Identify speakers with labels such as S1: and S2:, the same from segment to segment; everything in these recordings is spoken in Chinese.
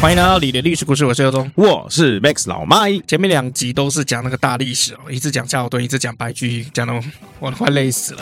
S1: 欢迎来到你的历史故事，我是尤忠。
S2: 我是 Max 老麦，
S1: 前面两集都是讲那个大历史哦，一次讲夏侯惇，一次讲白居易，讲的我都快累死了。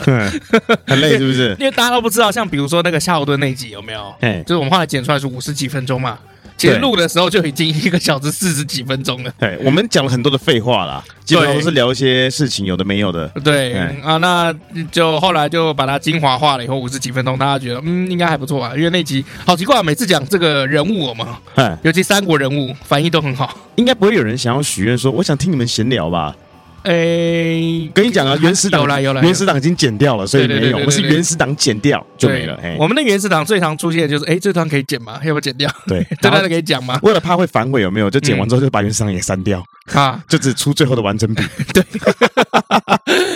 S2: 很累是不是？
S1: 因为大家都不知道，像比如说那个夏侯惇那集有没有？
S2: 哎
S1: 就是我们后来剪出来是五十几分钟嘛，其实
S2: 对
S1: 录的时候就已经一个小时四十几分钟了。
S2: 对，我们讲了很多的废话啦，基本上都是聊一些事情，有的没有的。
S1: 对
S2: 哎
S1: 啊，那就后来就把它精华化了，以后五十几分钟，大家觉得嗯应该还不错啊，因为那集好奇怪，每次讲这个人物我们，
S2: 哎，
S1: 尤其三国人物反应都很好。
S2: 应该不会有人想要许愿说，我想听你们闲聊吧？
S1: 诶，
S2: 跟 你讲啊，原始党
S1: 有啦有啦有啦
S2: 原始党已经剪掉了，所以
S1: 对对
S2: 没
S1: 对
S2: 有，
S1: 对
S2: 我们是
S1: 对对
S2: 原始党剪掉就没了。
S1: 对
S2: 哎，
S1: 我们的原始党最常出现的就是，哎，这段可以剪吗？要不要剪掉？
S2: 对，
S1: 这
S2: 然后
S1: 段可以讲 吗？
S2: 为了怕会反悔，有没有？就剪完之后就把原始党也删掉，
S1: 啊，
S2: 就只出最后的完 整版。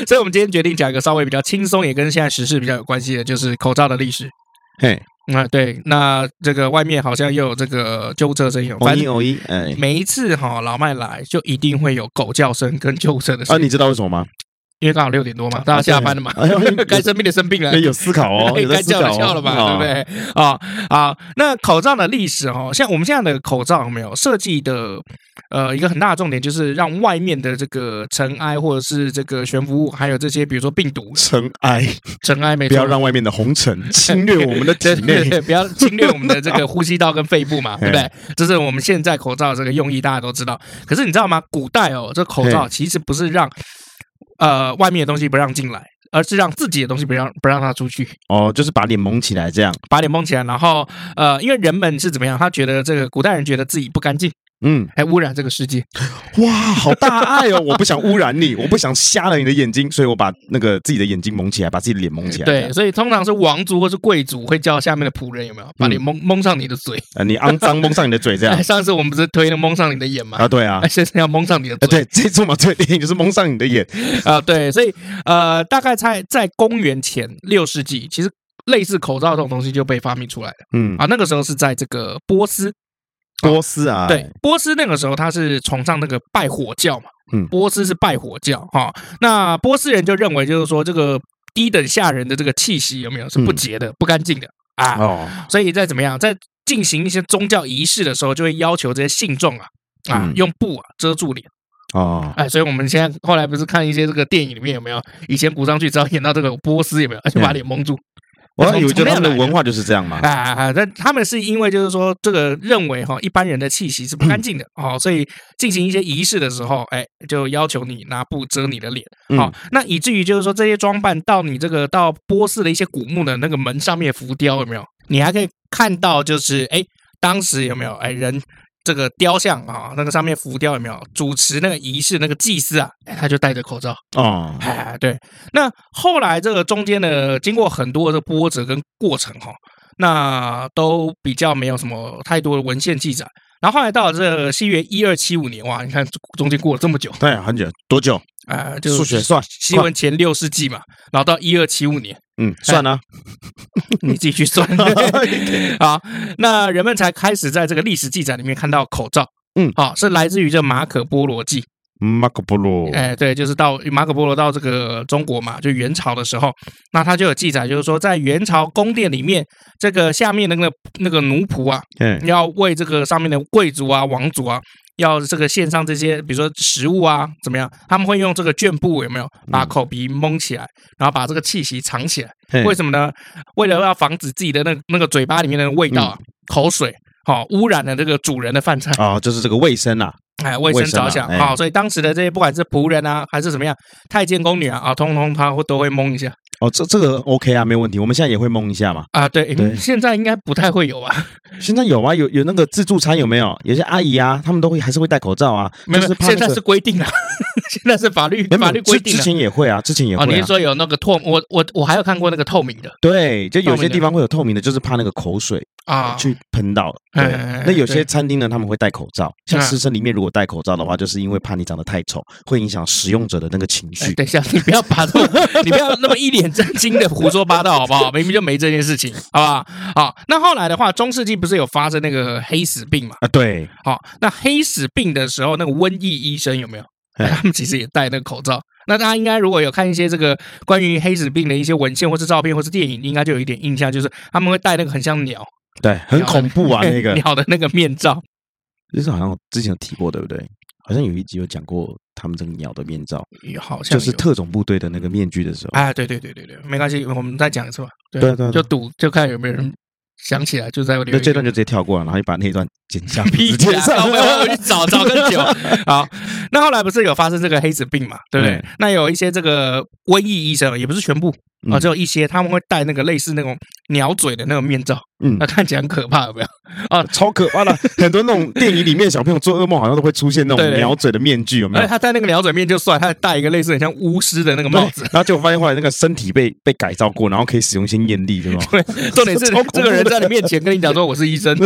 S1: 所以我们今天决定讲一个稍微比较轻松，也跟现在时事比较有关系的，就是口罩的历史。
S2: 嘿，
S1: 啊、对，那这个外面好像又有这个救护车声音，
S2: 偶
S1: 反
S2: 一
S1: 正
S2: 偶一，哎，
S1: 每一次哈、老麦来就一定会有狗叫声跟救护车的声
S2: 啊，
S1: 音，
S2: 你知道为什么吗？
S1: 因为刚好六点多嘛，大家下班了嘛，
S2: 哎呦
S1: 该生病的生病了
S2: 哎。有思 考哦，有在
S1: 该
S2: 思
S1: 叫
S2: 考
S1: 的
S2: 哦
S1: 笑了吧，对不？
S2: 哦
S1: 对？啊啊，那口罩的历史哦，像我们现在的口罩有没有设计的？呃，一个很大的重点就是让外面的这个尘埃或者是这个悬浮物，还有这些比如说病毒、
S2: 尘埃，
S1: 尘埃没
S2: 不
S1: 错
S2: 要让外面的红尘 侵略我们的
S1: 对
S2: 体
S1: 对
S2: 内。
S1: 对，不要侵略我们的这个呼吸道跟肺部嘛，对不对？这是我们现在口罩的这个用意，大家都知道。可是你知道吗？古代哦，这口罩
S2: 嘿
S1: 其实不是让呃外面的东西不让进来，而是让自己的东西不让不让它出去，
S2: 哦，就是把脸蒙起来这样。
S1: 把脸蒙起来。然后呃，因为人们是怎么样？他觉得这个古代人觉得自己不干净，
S2: 嗯，
S1: 还污染这个世界。
S2: 哇，好大爱哦！我不想污染你，我不想瞎了你的眼睛，所以我把那个自己的眼睛蒙起来，把自己的脸蒙起来。这
S1: 对，
S2: 样，
S1: 所以通常是王族或是贵族会叫下面的仆人有没有把你蒙蒙上你的嘴？
S2: 呃，你肮脏蒙上你的嘴这样
S1: 哎， 上次我们不是推了蒙上你的眼吗
S2: 啊？？对啊
S1: 哎，， 现在要蒙上你的
S2: 呃
S1: 嘴。
S2: 对， 这次嘛，最电影就是蒙上你的眼。
S1: 啊、对，所以呃，大概在在公元前六世纪，其实类似口罩这种东西就被发明出来了
S2: 嗯，
S1: 啊。那个时候是在这个波斯，
S2: 波斯啊，
S1: 对，，波斯那个时候他是崇尚那个拜火教嘛，
S2: 嗯
S1: 波斯是拜火教哈、那波斯人就认为就是说这个低等下人的这个气息有没有是不
S2: 嗯
S1: 洁的、不干净的啊？
S2: 哦，
S1: 所以在怎么样，在进行一些宗教仪式的时候，就会要求这些信众啊啊、
S2: 嗯
S1: 用布啊遮住脸。
S2: 哦，
S1: 哎，所以我们现在后来不是看一些这个电影里面有没有以前古装剧只要演到这个波斯有没有，就
S2: 嗯
S1: 把脸蒙住。
S2: 我还以为就
S1: 从
S2: 他们
S1: 从那
S2: 的
S1: 样来
S2: 文化就是这样嘛
S1: 啊。啊！啊但他们是因为就是说这个认为哈，一般人的气息是不干净的哦，所以进行一些仪式的时候，哎，就要求你拿布遮你的脸。好、
S2: 嗯，
S1: 那以至于就是说这些装扮到你这个到波斯的一些古墓的那个门上面浮雕有没有？你还可以看到就是哎，当时有没有哎人这个雕像啊、那个上面浮雕有没有主持那个仪式那个祭司啊，哎他就戴着口罩。
S2: 哦，
S1: 哎，对。那后来这个中间的经过很多的波折跟过程哈、那都比较没有什么太多的文献记载。然后后来到了这个西元一二七五年，哇，你看中间过了这么久，
S2: 对，很久，多久？
S1: 啊，就
S2: 数学算，
S1: 西文前六世纪嘛，然后到一二七五年，
S2: 嗯，算啊。
S1: 哎你自己去 算好，那人们才开始在这个历史记载里面看到口罩。
S2: 嗯
S1: 好、是来自于这马可波罗记。
S2: 马可波罗，
S1: 哎，对，就是到马可波罗到这个中国嘛，就元朝的时候，那他就有记载，就是说在元朝宫殿里面，这个下面的那个那个奴仆啊，
S2: 嗯
S1: 要为这个上面的贵族啊、王族啊，要这个献上这些，比如说食物啊，怎么样？他们会用这个绢布有没有把口鼻蒙起来，然后把这个气息藏起来？
S2: 嘿
S1: 为什么呢？为了要防止自己的那那个嘴巴里面的味道、啊、口水。好、污染了这个主人的饭菜，
S2: 啊，就是这个卫生啊，
S1: 哎，卫生着想
S2: 卫生啊哎
S1: 啊、所以当时的这些不管是仆人啊，还是怎么样，太监宫女啊，啊，通通他会都会蒙一下
S2: 哦，这这个 OK 啊，没问题。我们现在也会蒙一下嘛。
S1: 啊。对，
S2: 对
S1: 现在应该不太会有 吧？
S2: 现在有啊，有有那个自助餐有没有？有些阿姨啊，他们都会还是会戴口罩啊，
S1: 没有，
S2: 就是怕
S1: 现
S2: 那
S1: 在
S2: 个
S1: 是规定了， 现在是法律
S2: 没有
S1: 法律规定
S2: 之之
S1: 了。
S2: 前也会啊，之前也
S1: 哦，你
S2: 会
S1: 是
S2: 啊。
S1: 说有那个透？我我我还有看过那个透明的
S2: 对，就有
S1: 透明
S2: 些
S1: 的
S2: 地方会有透明的，就是怕那个口水
S1: 啊，
S2: 去喷到了。
S1: 哎
S2: 对
S1: 哎哎，
S2: 那有
S1: 对
S2: 些餐厅呢，他们会戴口罩，像
S1: 嗯
S2: 师生里面如果戴口罩的话，就是因为怕你长得太丑，会影响使用者的那个情
S1: 哎
S2: 绪。
S1: 等一下，你 不要把这么 你不要那么一脸正经的胡说八道，好不好？明明就没这件事情，好不好？好，那后来的话，中世纪不是有发生那个黑死病嘛？
S2: 啊，对，
S1: 好，那黑死病的时候，那个瘟疫医生有没有？
S2: 哎
S1: 他们其实也戴那个口罩。那大家应该如果有看一些这个关于黑死病的一些文献，或是照片，或是电影，应该就有一点印象，就是他们会戴那个很像鸟
S2: 对，很恐怖 啊，那个
S1: 鸟的那个面罩。
S2: 就是好像我之前有提过，对不对？好像有一集有讲过他们这个鸟的面罩，
S1: 好像
S2: 就是
S1: 有
S2: 特种部队的那个面具的时候，
S1: 啊，对对对对对，没关系，我们再讲一次吧。对
S2: 对对对
S1: 就赌，就看有没有人想起来，就在我留
S2: 那
S1: 言
S2: 这段就直接跳过了，然后你把那一段剪下
S1: 屁
S2: 直接
S1: 啦
S2: 上
S1: 靠背我我去找找更久。 好，那后来不是有发生这个黑死病嘛，对不对？
S2: 嗯
S1: 那有一些这个瘟疫医生，也不是全部啊、
S2: 嗯
S1: 只有一些他们会戴那个类似那种鸟嘴的那个面罩，
S2: 嗯
S1: 那，看起来很可怕，有没有？
S2: 超可怕的，很多那种电影里面小朋友做噩梦好像都会出现那
S1: 对
S2: 种
S1: 对
S2: 鸟嘴的面具，有没
S1: 而且
S2: 有？
S1: 他戴那个鸟嘴面就算，他还戴一个类似很像巫师的那个帽子
S2: 对。然后结果发现后来那个身体被被改造过，然后可以使用一些念力，对吗？
S1: 对，重点是
S2: 超恐怖
S1: 这
S2: 的
S1: 个人在你面前跟你讲说我是医生，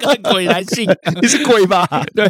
S1: 看鬼来信。
S2: 你是鬼吧？
S1: 对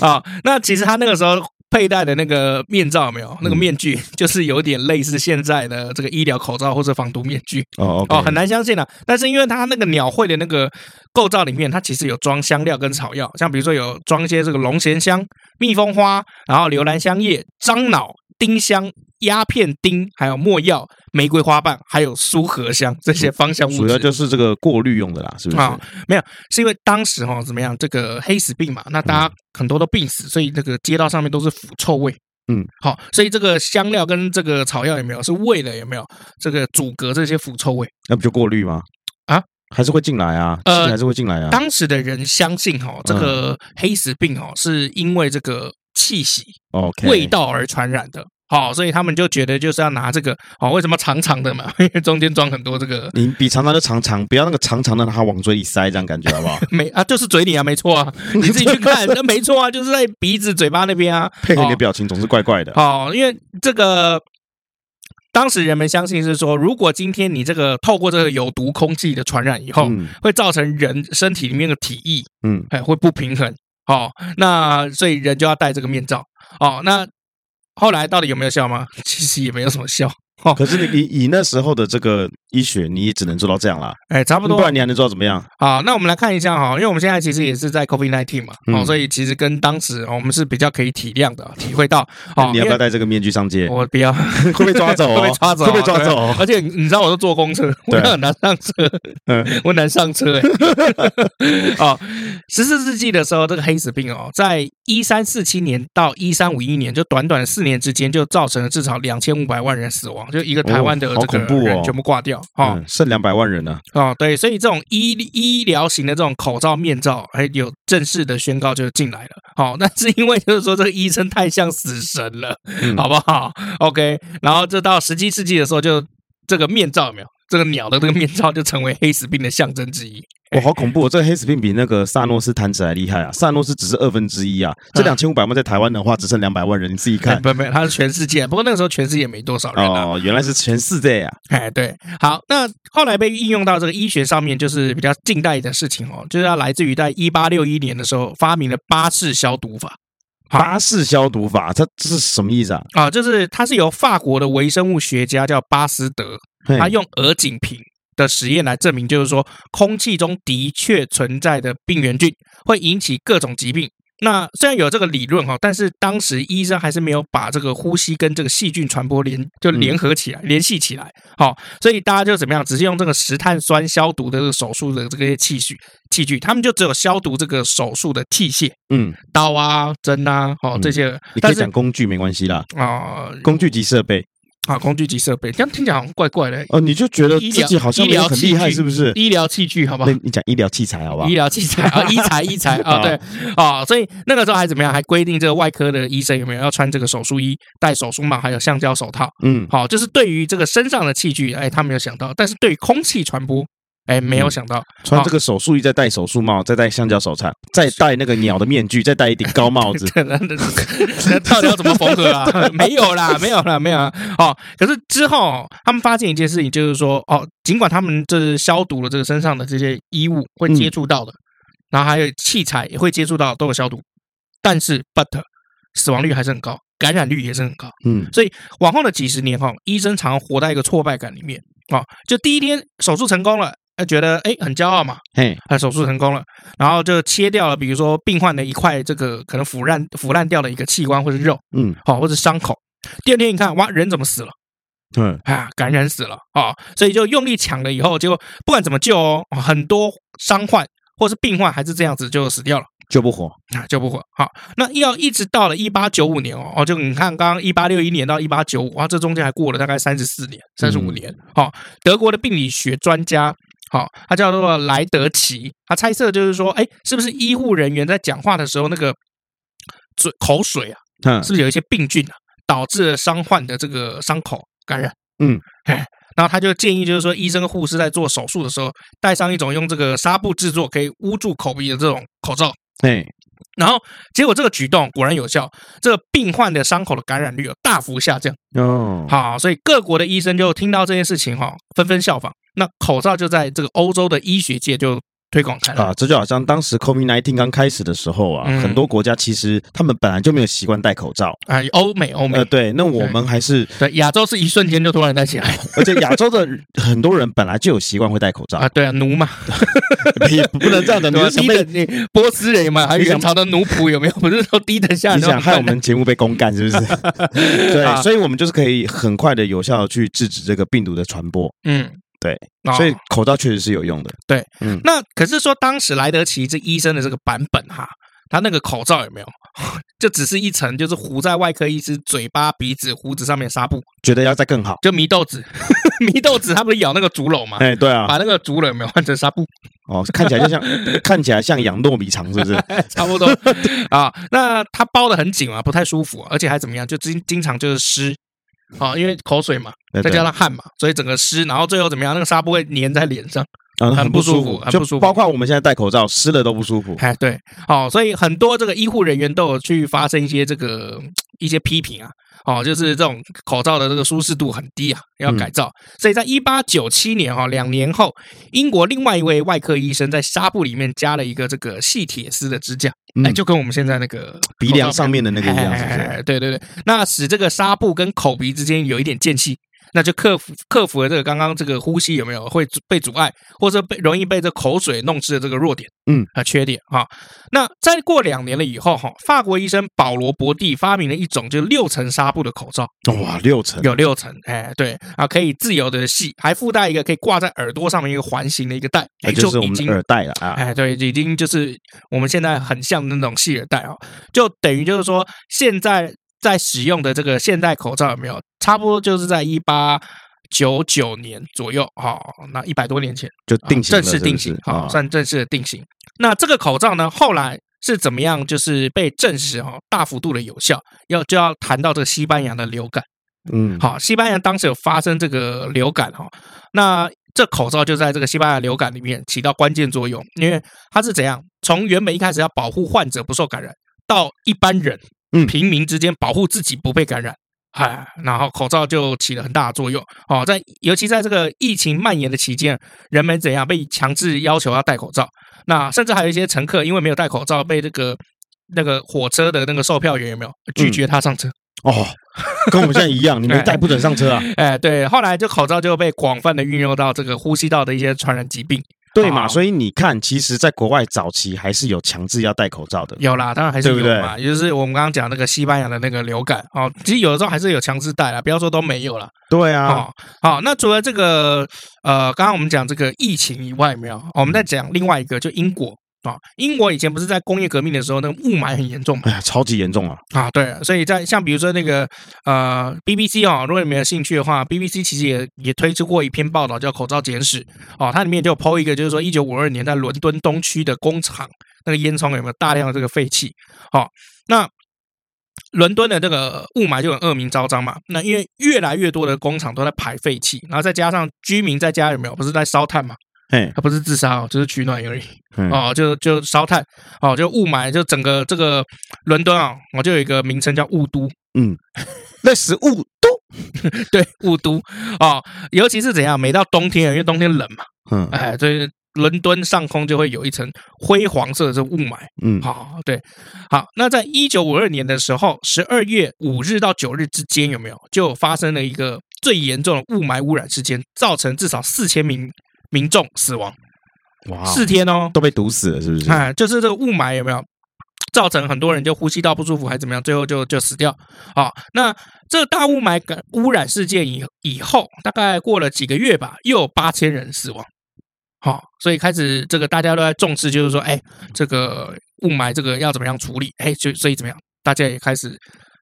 S1: 啊、那其实他那个时候佩戴的那个面罩有没有那个
S2: 嗯
S1: 面具，就是有点类似现在的这个医疗口罩或者防毒面具
S2: 哦
S1: 哦，很
S2: 难。
S1: 难相信啊。但是因为它那个鸟喙的那个构造里面，它其实有装香料跟草药，像比如说有装一些这个龙涎香、蜜蜂花，然后留兰香叶、樟脑、丁香。鸦片丁，还有没药、玫瑰花瓣，还有苏合香这些芳香物质，
S2: 主要就是这个过滤用的啦，是不是？
S1: 啊，没有，是因为当时哈、怎么样，这个黑死病嘛，那大家很多都病死，所以这个街道上面都是腐臭味。
S2: 嗯，
S1: 好，所以这个香料跟这个草药有没有是为了有没有这个阻隔这些腐臭味？
S2: 那不就过滤吗？
S1: 啊，
S2: 还是会进来啊，
S1: 呃
S2: 气还是会进来啊。嗯
S1: 当时的人相信哈、这个黑死病哈、是因为这个气息
S2: OK，
S1: 味道而传染的。好，所以他们就觉得就是要拿这个哦，为什么长长的嘛？因 为中间装很多这个
S2: 你比常常就长长，不要那个长长的它往嘴里塞，这样感觉好不 好？
S1: 没啊，就是嘴里啊，没错 啊，你自己去看，那没错啊，就是在鼻子、嘴巴那边啊，
S2: 配合你
S1: 哦
S2: 的表情总是怪怪的。
S1: 哦，因为这个当时人们相信是说，如果今天你这个透过这个有毒空气的传染以后，
S2: 嗯
S1: 会造成人身体里面的体液
S2: 嗯，
S1: 哎会不平衡。哦，那所以人就要戴这个面罩。哦，那后来到底有没有效吗？ 其实也没有什么效。哦，
S2: 可是你以以那时候的这个医学，你也只能做到这样啦，
S1: 哎，差不多
S2: 不然你还能做到怎么样？
S1: 啊，那我们来看一下哈，因为我们现在其实也是在 COVID nineteen 嘛，哦，
S2: 嗯
S1: 所以其实跟当时哦我们是比较可以体谅的，体会到哦。
S2: 哎你
S1: 因
S2: 要不要
S1: 为
S2: 戴这个面具上街？
S1: 我 不要，
S2: 会被抓走哦？
S1: 会被抓走哦
S2: 会被抓走哦？
S1: 而且你知道我都坐公车，我
S2: 对
S1: 很难上车，
S2: 嗯
S1: 我很难上车 哎、哦，十四世纪的时候，这个黑死病哦，在一三四七年到一三五一年，就短短四年之间，就造成了至少两千五百万人死亡，就一个台湾的
S2: 哦好
S1: 这
S2: 恐怖
S1: 个
S2: 哦
S1: 人全部挂掉哦
S2: 嗯剩两百万人呢。
S1: 哦，对，所以这种医医疗型的这种口罩、面罩，还有正式的宣告就进来了。好、那是因为就是说这个医生太像死神了，
S2: 嗯
S1: 好不好？OK，然后这到十七世纪的时候就，这个面罩有没有？这个鸟的这个面罩就成为黑死病的象征之一。
S2: 哇，好恐怖、哦！这个黑死病比那个萨诺斯弹指还厉害啊！萨诺斯只是二分之一啊，这两千五百万在台湾的话，只剩两百万人，你自己
S1: 哎
S2: 看。
S1: 不不，它是全世界，不过那个时候全世界没多少人啊。
S2: 哦，原来是全世界啊！
S1: 哎，对，好，那后来被应用到这个医学上面，就是比较近代的事情哦，就是要来自于在一八六一年的时候发明了巴氏消毒法。好
S2: 巴氏消毒法，它这是什么意思啊？
S1: 啊，就是它是由法国的微生物学家叫巴斯德，
S2: 嘿
S1: 他用鹅颈瓶的实验来证明，就是说空气中的确存在的病原菌会引起各种疾病。那虽然有这个理论哈，但是当时医生还是没有把这个呼吸跟这个细菌传播联就
S2: 嗯
S1: 联合起来、联系起来。好，所以大家就怎么样，只是用这个石碳酸消毒的这个手术的这个器具器具，他们就只有消毒这个手术的器械，
S2: 嗯，
S1: 刀啊、针啊，哦这些。
S2: 你可
S1: 但
S2: 以
S1: 是
S2: 讲工具没关系啦，
S1: 啊、
S2: 工具及设备
S1: 啊，工具及设备，这样听起来好像怪怪的。
S2: 哦，你就觉得
S1: 医
S2: 自
S1: 疗
S2: 己好像
S1: 医
S2: 没有
S1: 疗
S2: 很
S1: 器
S2: 厉害，
S1: 具
S2: 是不是？
S1: 医疗器具，好不好
S2: 那？你讲医疗器材好不好
S1: 医？疗器材啊，医材医材啊，
S2: 啊
S1: 对啊，所以那个时候还怎么样？还规定这个外科的医生有没有要穿这个手术衣、戴手术帽，还有橡胶手套。
S2: 嗯，
S1: 好，就是对于这个身上的器具，哎，他没有想到，但是对于空气传播，哎，没有想到，。
S2: 穿这个手术衣，再戴手术帽，再戴橡胶手套，再戴那个鸟的面具，再戴一顶高帽子
S1: 那那 那到底要怎么缝合啊？ 没有啦，没有啦，没有啦。哦，可是之后哦他们发现一件事情，就是说，哦，尽管他们这消毒了这个身上的这些衣物会接触到的，然后还有器材也会接触到，都有消毒，但是 but 死亡率还是很高，感染率也是很高。
S2: 嗯，
S1: 所以往后的几十年哈、哦医生常常活在一个挫败感里面啊、哦就第一天手术成功了，哎，觉得哎很骄傲嘛，
S2: 嘿，
S1: 啊，手术成功了，然后就切掉了，比如说病患的一块这个可能腐烂腐烂掉的一个器官或是肉，
S2: 嗯
S1: 好、或是伤口。第二天一看，哇，人怎么死了？
S2: 嗯，
S1: 啊，感染死了啊、哦所以就用力抢了以后，结果不管怎么救哦，哦很多伤患或是病患还是这样子就死掉了。
S2: 救不活。
S1: 啊，救不活。好，那要一直到了一八九五年哦，哦，就你看刚刚一八六一年到一八九五，啊，这中间还过了大概三十四年、三十五
S2: 嗯
S1: 年。好、德国的病理学专家，好、他叫做莱德奇，他猜测就是说，哎，是不是医护人员在讲话的时候那个嘴口水啊，
S2: 嗯
S1: 是不是有一些病菌啊，导致了伤患的这个伤口感染？
S2: 嗯
S1: 哎，然后他就建议，就是说医生、护士在做手术的时候，戴上一种用这个纱布制作可以捂住口鼻的这种口罩。
S2: 嘿，
S1: 然后结果这个举动果然有效，这个病患的伤口的感染率有大幅下降。
S2: 哦，
S1: 好，所以各国的医生就听到这件事情哈、纷纷效仿。那口罩就在这个欧洲的医学界就推广开来。
S2: 啊，这就好像当时 COVID-19 刚开始的时候啊，
S1: 嗯
S2: 很多国家其实他们本来就没有习惯戴口罩。
S1: 啊，欧美欧美、
S2: 呃，对，那我们还是，
S1: 对亚洲是一瞬间就突然带起来
S2: 而且亚洲的很多人本来就有习惯会戴口罩，
S1: 啊，对啊，奴嘛，
S2: 你不能这样讲，你
S1: 对吧？啊
S2: 是想
S1: 低
S2: 被
S1: 等你波斯人嘛，还有
S2: 你想
S1: 元朝的奴仆有没有？不是说低等下人
S2: 你
S1: 都很
S2: 想害我
S1: 笨
S2: 们节目被公干是不 是？
S1: 啊
S2: 对，所以我们就是可以很快的、有效的去制止这个病毒的传播。
S1: 嗯，
S2: 对
S1: 哦，
S2: 所以口罩确实是有用的。
S1: 那可是说，当时莱德奇这医生的这个版本哈，他那个口罩有没有， 就只是一层，就是糊在外科医师嘴巴、鼻子、胡子上面的纱布，
S2: 觉得要再更好。
S1: 就祢豆子， 祢豆子他不是咬那个竹篓吗？
S2: 哎，对啊，
S1: 把那个竹篓有没有换成纱布，
S2: 哦，看起来就 像看起来像养糯米肠，是不是？
S1: 差不多 啊。那他包的很紧嘛，不太舒服，啊而且还怎么样，就经经常就是湿啊，因为口水嘛，
S2: 对
S1: 再
S2: 对
S1: 加上汗嘛，所以整个湿，然后最后怎么样，那个纱布会粘在脸上。
S2: 嗯，
S1: 很
S2: 很
S1: 不
S2: 不
S1: 舒
S2: 舒
S1: 服
S2: 服，
S1: 很不舒服
S2: 就包括我们现在戴口罩，湿了都不舒服。
S1: 哎，对，哦，所以很多这个医护人员都有去发生一些这个嗯一些批评啊，哦，就是这种口罩的这个舒适度很低啊，
S2: 嗯
S1: 要改造。所以在一八九七年哈、哦，两年后，英国另外一位外科医生在纱布里面加了一个这个细铁丝的支架，哎，
S2: 嗯
S1: 就跟我们现在那个
S2: 鼻梁上面的那
S1: 那
S2: 个一样，是不是？
S1: 哎，对对对，那使这个纱布跟口鼻之间有一点间隙。那就克服克服了这个刚刚这个呼吸有没有会阻被阻碍，或者被容易被这口水弄湿的这个弱点，
S2: 嗯
S1: 啊缺点哈、那再过两年了以后哈、法国医生保罗伯蒂发明了一种就是六层纱布的口罩，
S2: 哇，六层，
S1: 有六层，哎对啊可以自由的系，还附带一个可以挂在耳朵上面一个环形的一个带，哎
S2: 那就是我
S1: 已
S2: 们
S1: 经
S2: 的耳带了啊。
S1: 哎，对，已经就是我们现在很像那种系耳带哦，就等于就是说现在在使用的这个现代口罩有没有？差不多就是在一八九九年左右，哦，那一百多年前
S2: 就
S1: 啊
S2: 定型了
S1: 正式定型
S2: 是，不是
S1: 好、
S2: 啊
S1: 算正式的定型。那这个口罩呢，后来是怎么样？就是被证实哦，大幅度的有效，要就要谈到这个西班牙的流感。
S2: 嗯，
S1: 好，西班牙当时有发生这个流感哈，那这口罩就在这个西班牙流感里面起到关键作用，因为它是怎样，从原本一开始要保护患者不受感染，到一般人，
S2: 嗯
S1: 平民之间保护自己不被感染。哎，然后口罩就起了很大的作用哦，在尤其在这个疫情蔓延的期间，人们怎样被强制要求要戴口罩，那甚至还有一些乘客因为没有戴口罩，被这个那个火车的那个售票员有没有拒
S2: 嗯
S1: 绝他上车？
S2: 哦，跟我们现在一 样，你没戴不准上车啊。
S1: 哎，对，后来这口罩就被广泛的运用到这个呼吸道的一些传染疾病。
S2: 对嘛？
S1: 好
S2: 所以你看，其实，在国外早期还是有强制要戴口罩的。
S1: 有啦，当然还是有
S2: 对不对
S1: 嘛，也就是我们刚刚讲那个西班牙的那个流感哦，其实有的时候还是有强制带啦，不要说都没有啦。
S2: 对啊，
S1: 哦，好，那除了这个呃，刚刚我们讲这个疫情以外，有没有，我们再讲另外一个，就英国。啊、英国以前不是在工业革命的时候，那个雾霾很严重嘛？
S2: 哎呀，超级严重啊！
S1: 啊，对，所以在像比如说那个呃 BBC 哦，如果你们有兴趣的话，BBC 其实也也推出过一篇报道叫《口罩简史》哦，它里面就有 PO 一个，就是说一九五二年在伦敦东区的工厂那个烟囱有没有大量的这个废气哦，那。伦敦的这个雾霾就很恶名昭彰嘛，那因为越来越多的工厂都在排废气，然后再加上居民在家有没有不是在烧炭嘛，
S2: 嘿，
S1: 他不是自杀哦，就是取暖而已
S2: 嗯
S1: 哦，就就烧炭哦，就雾霾，就整个这个伦敦啊，我就有一个名称叫雾都，
S2: 那食物都，
S1: 对，雾都哦，尤其是怎样，每到冬天，因为冬天冷嘛，
S2: 嗯
S1: 哎，所以伦敦上空就会有一层灰黄色的这雾霾。
S2: 嗯
S1: 好，对，好，那在一九五二年的时候，十二月五日到九日之间，有没有就发生了一个最严重的雾霾污染事件，造成至少四千名民众死亡，
S2: 哇
S1: 四天哦，
S2: 都被毒死了，是不是？
S1: 哎，就是这个雾霾有没有造成很多人就呼吸道不舒服，还怎么样，最后就就死掉。好，那这个大雾霾感污染事件以以后，大概过了几个月吧，又有八千人死亡。好、所以开始这个大家都在重视，就是说，哎，这个雾霾这个要怎么样处理？哎，就所以怎么样，大家也开始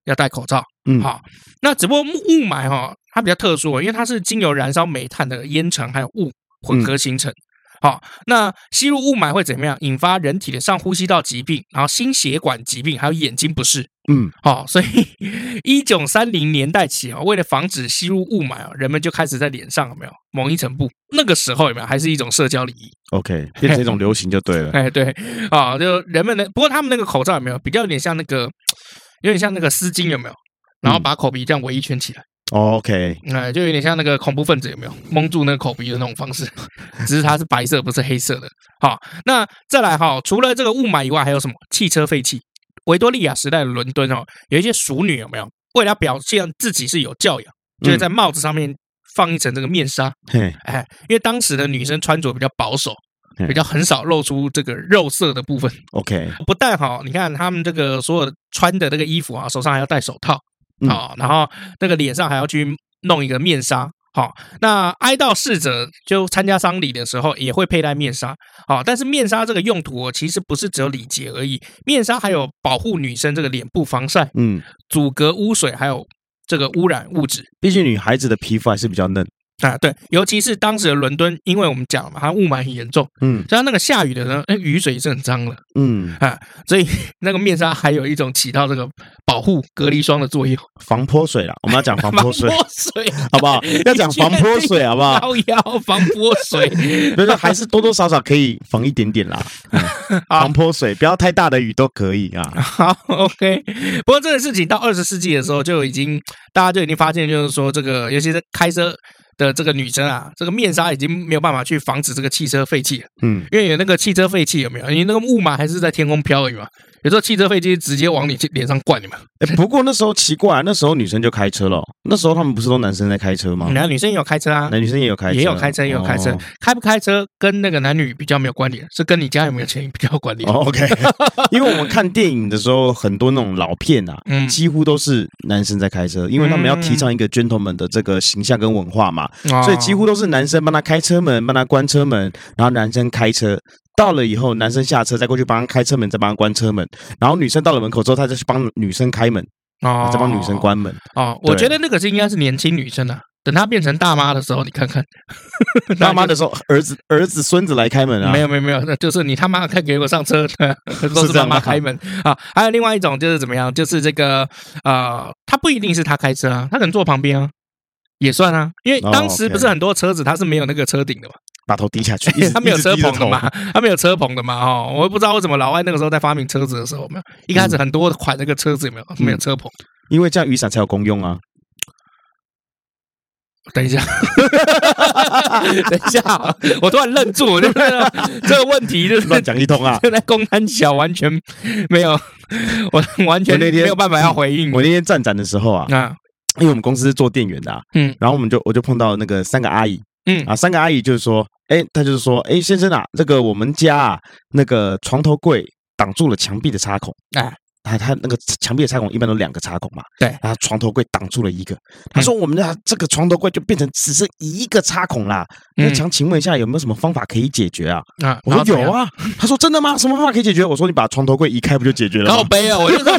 S1: 要戴口罩。
S2: 嗯
S1: 好，那只不过雾雾霾哈、它比较特殊，因为它是经由燃烧煤炭的烟尘还有雾混合形成。好，那吸入雾霾会怎么样？引发人体的上呼吸道疾病，然后心血管疾病，还有眼睛不适。
S2: 嗯
S1: 哦， 所以一九三零年代起哦，为了防止吸入雾霾啊，人们就开始在脸上有没有蒙一层布？那个时候有没有还是一种社交礼仪？
S2: ，OK，变成一种流行就对了。
S1: 哎，对啊、就人们的，不过他们那个口罩有没有比较有点像那个，有点像那个丝巾有没有？然后把口鼻这样围一圈起来，
S2: 哦 OK，
S1: 哎、就有点像那个恐怖分子有没有蒙住那个口鼻的那种方式，只是它是白色，不是黑色的。好，那再来哈、除了这个雾霾以外，还有什么？汽车废气。维多利亚时代的伦敦哦，有一些淑女有没有？为了表现自己是有教养，就是在帽子上面放一层这个面纱，
S2: 嘿，
S1: 哎，因为当时的女生穿着比较保守，
S2: 嗯
S1: 比较很少露出这个肉色的部分。
S2: OK，
S1: 不但哈，你看他们这个所有穿的那个衣服啊，手上还要戴手套
S2: 嗯
S1: 啊、然后那个脸上还要去弄一个面纱。好、那哀悼逝者就参加丧礼的时候也会佩戴面纱。好、但是面纱这个用途、哦、其实不是只有礼节而已，面纱还有保护女生这个脸部防晒、
S2: 嗯，
S1: 阻隔污水，还有这个污染物质。
S2: 毕竟女孩子的皮肤还是比较嫩。
S1: 啊，对，尤其是当时的伦敦，因为我们讲了嘛，它雾霾很严重，
S2: 嗯
S1: 所以它那个下雨的时候，那雨水是很脏的，
S2: 嗯，
S1: 啊所 以那个面纱还有一种起到这个保护隔离霜的作用，
S2: 防泼水啦，我们要讲防
S1: 防
S2: 泼
S1: 泼
S2: 水，
S1: 水，
S2: 好不好？要讲防泼 水，好不好？
S1: 高腰防泼水，
S2: 不是，还是多多少少可以防一点点啦，嗯
S1: 好
S2: 防泼水，不要太大的雨都可以 啊。
S1: 好，OK。不过这个事情到二十世纪的时候，就已经大家就已经发现，就是说这个，尤其是开车的这个女生啊，这个面纱已经没有办法去防止这个汽车废气了。
S2: 嗯，
S1: 因为有那个汽车废气有没有？你那个雾霾还是在天空飘而已嘛。有时候汽车废气直接往你脸上灌，你们。
S2: 诶哎不过那时候奇怪、啊那时候女生就开车了，那时候他们不是都男生在开车吗？
S1: 男女生也有开车啊，
S2: 男女生也有开车，
S1: 嗯也有开车，也有开车
S2: 哦。
S1: 开不开车跟那个男女比较没有关联，是跟你家有没有钱比较有关联。
S2: 哦，OK，因 为我们看电影的时候，很多那种老片啊，
S1: 嗯
S2: 几乎都是男生在开车，因为他们要提倡一个 gentleman 的这个形象跟文化嘛，
S1: 哦
S2: 所以几乎都是男生帮他开车门，帮他关车门，然后男生开车。到了以后，男生下车再过去帮他开车门，再帮他关车门，然后女生到了门口之后，他再去帮女生开门，
S1: 哦
S2: 再帮女生关门。
S1: 哦。我
S2: 对
S1: 觉得那个是应该是年轻女生啊，等她变成大妈的时候，你看 看
S2: 大妈的时候，儿子、儿子、孙子来开门啊，
S1: 没有没有没有，那就是你他妈快 给我上车，都是
S2: 这
S1: 他
S2: 样吗
S1: 妈开门啊。还有另外一种就是怎么样，就是这个呃，他不一定是他开车啊，他可能坐旁边啊。也算啊，因为
S2: 哦
S1: 当时
S2: OK
S1: 不是很多车子它是没有那个车顶的嘛，
S2: 把头低下去，一直
S1: 他没有车棚的？
S2: 一直低着头
S1: 嘛，他没有车棚的嘛，哦，我也不知道为什么老外那个时候在发明车子的时候，有没有一开始
S2: 嗯
S1: 很多款那个车子有没有没有车棚？
S2: 因为这样雨伞才有功 用啊。
S1: 等一下，等一下，啊我突然愣住，我就觉得这个问题就是
S2: 乱讲一通啊！
S1: 就在公摊小完全没有，我完全
S2: 我那天
S1: 没有办法要回应
S2: 我那天站展的时候啊，
S1: 啊，
S2: 因为我们公司是做店员的、啊，
S1: 嗯
S2: 嗯，然后我们就我就碰到那个三个阿姨，
S1: 嗯
S2: 啊，三个阿姨就是说，哎，她就是说，哎，先生啊，这个我们家啊，那个床头柜挡住了墙壁的插孔，
S1: 哎
S2: 哎。他他那个墙壁的插孔一般都两个插孔嘛，
S1: 对嗯
S2: 然后床头柜挡住了一个。他说我们的这个床头柜就变成只剩一个插孔啦。
S1: 嗯
S2: 那想请问一下有没有什么方法可以解决啊？
S1: 啊，
S2: 我说有，啊。他说真的吗？什么方法可以解决？我说你把床头柜移开不就解决了
S1: 靠
S2: 吗？
S1: 背啊，我就说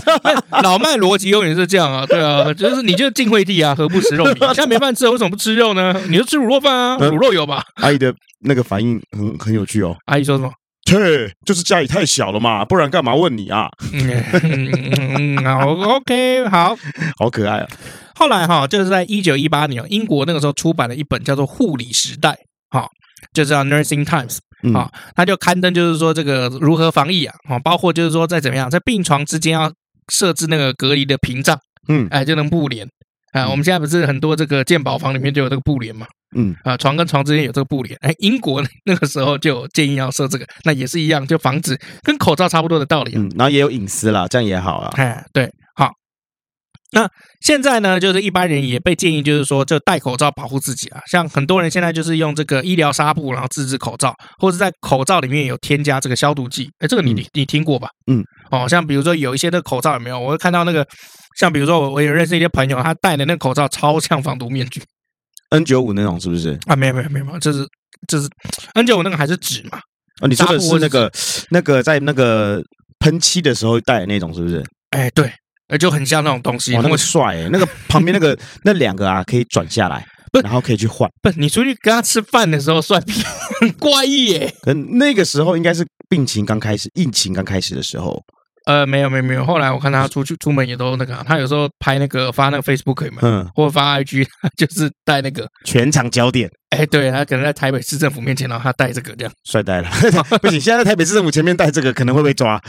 S1: 老麦逻辑永远是这样啊，对啊，就是你就晋惠帝啊，何不食肉 糜？现在没饭吃了，为什么不吃肉呢？你就吃卤肉饭啊，
S2: 嗯
S1: 卤肉有吧？
S2: 阿姨的那个反应很很有趣哦。
S1: 阿姨说什么？
S2: 切，就是家里太小了嘛，不然干嘛问你啊？
S1: 嗯嗯，嗯好，OK，好。
S2: 好可爱啊！
S1: 后来哈，就是在一九一八年，英国那个时候出版了一本叫做《护理时代》哈。就叫《Nursing Times》
S2: 嗯
S1: 啊，它就刊登就是说这个如何防疫啊，啊，包括就是说在怎么样在病床之间要设置那个隔离的屏障，
S2: 嗯
S1: 哎，就能布帘。啊，我们现在不是很多这个健保房里面就有这个布帘嘛？
S2: 嗯，
S1: 啊，床跟床之间有这个布帘。哎，英国那个时候就有建议要设这个，那也是一样，就防止跟口罩差不多的道理啊。
S2: 嗯，然后也有隐私啦，这样也好啊啦。
S1: 哎，对，好。那现在呢，就是一般人也被建议，就是说，就戴口罩保护自己啊。像很多人现在就是用这个医疗纱布，然后自制口罩，或者在口罩里面有添加这个消毒剂。哎，这个你
S2: 嗯
S1: 你你听过吧？
S2: 嗯，
S1: 哦，像比如说有一些的口罩有没有？我会看到那个，像比如说我我有认识一些朋友，他戴的那个口罩超像防毒面具
S2: N 九五那种是不是？
S1: 啊！没有没有没有，就是就是 N 九五那个还是纸嘛？
S2: 哦，你说
S1: 纱
S2: 的
S1: 布
S2: 是
S1: 或
S2: 那个那个在那个喷漆的时候戴的那种是不是？
S1: 哎，对，呃就很哦像那种东西。
S2: 哇，那
S1: 我
S2: 个帅欸，那个旁边那 个那两个啊可以转下来
S1: 不，是
S2: 然后可以去换。
S1: 不，你出去跟他吃饭的时候算 命，很怪异耶、
S2: 可能那个时候应该是病情刚开始，疫情刚开始的时候，
S1: 呃，没有没有没有，后来我看他出去出门也都那个啊、他有时候拍那个发那个 Facebook 有没有
S2: 嗯，
S1: 或发 IG，他 就是带那个，
S2: 全场焦点，
S1: 哎，对他可能在台北市政府面前，然后他带这个这样。
S2: 帅呆了。 不行，现在在台北市政府前面戴这个可能会被抓。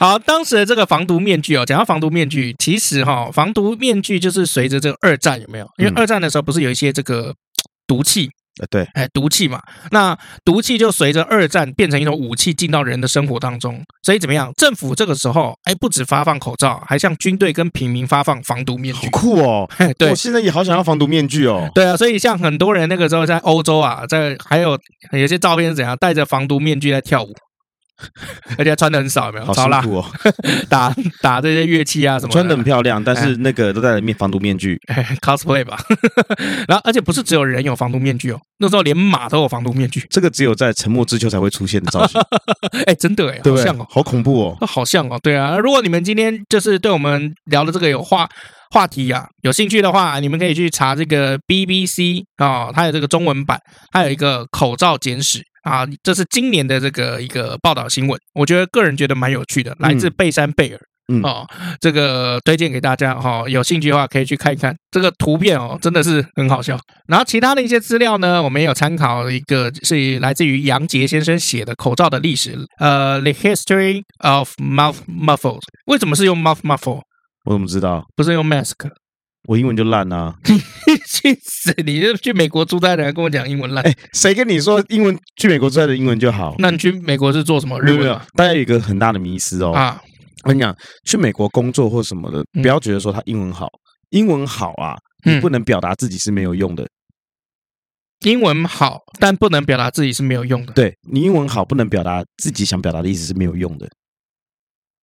S1: 好，当时的这个防毒面具哦，讲到防毒面具，其实哈、防毒面具就是随着这个二战有没有？因为
S2: 嗯
S1: 二战的时候不是有一些这个毒气，
S2: 呃， 对，
S1: 哎，毒气嘛，那毒气就随着二战变成一种武器进到人的生活当中，所以怎么样？政府这个时候，哎，不止发放口罩，还向军队跟平民发放防毒面
S2: 好
S1: 具。
S2: 酷哦！
S1: 嘿 对
S2: 我，现在也好想要防毒面具哦。
S1: 对啊，所以像很多人那个时候在欧洲啊，在还有有一些照片是怎样戴着防毒面具在跳舞， 而且还穿的很少，有没有？
S2: 好辛
S1: 超辣，
S2: 苦哦，
S1: 打打这些乐器啊什么
S2: 穿的很
S1: 的
S2: 漂亮，但是那个都戴了面防毒面具，
S1: cosplay 吧。 然后而且不是只有人有防毒面具哦，那时候连马都有防毒面具。
S2: 这个只有在《沉默之丘》才会出现的造 型，
S1: 哎，真的哎，
S2: 对
S1: 好
S2: 不对
S1: 像哦？，
S2: 好恐怖哦！
S1: 好像哦，对啊。如果你们今天就是对我们聊的这个有话话题啊，有兴趣的话，你们可以去查这个 BBC 啊、哦，它有这个中文版，它有一个口罩简史啊，这是今年的这个一个报道新闻，我觉得个人觉得蛮有趣的，来自贝山贝尔。
S2: 嗯
S1: 哦，这个推荐给大家哈、哦，有兴趣的话可以去看一看这个图片哦，真的是很好笑。然后其他的一些资料呢，我们也有参考一个是来自于杨杰先生写的《口罩的历史》，呃，《The History of Mouth Muffles》。为什么是用 mouth muffle，
S2: 我怎么知道？
S1: 不是用 mask？
S2: 我英文就烂啊！
S1: 气死你！就去美国住在人还跟我讲英文烂，
S2: 哎， 谁跟你说英文去美国之外的英文就好？
S1: 那你去美国是做什么？日
S2: 没有没
S1: 文
S2: 有
S1: 吗，
S2: 大家有一个很大的迷思哦。
S1: 啊？
S2: 我跟你讲，去美国工作或什么的，
S1: 嗯
S2: 不要觉得说他英文好，英文好啊，
S1: 嗯
S2: 你不能表达自己是没有用的。
S1: 英文好，但不能表达自己是没有用的。
S2: 对你英文好，不能表达自己想表达的意思是没有用的。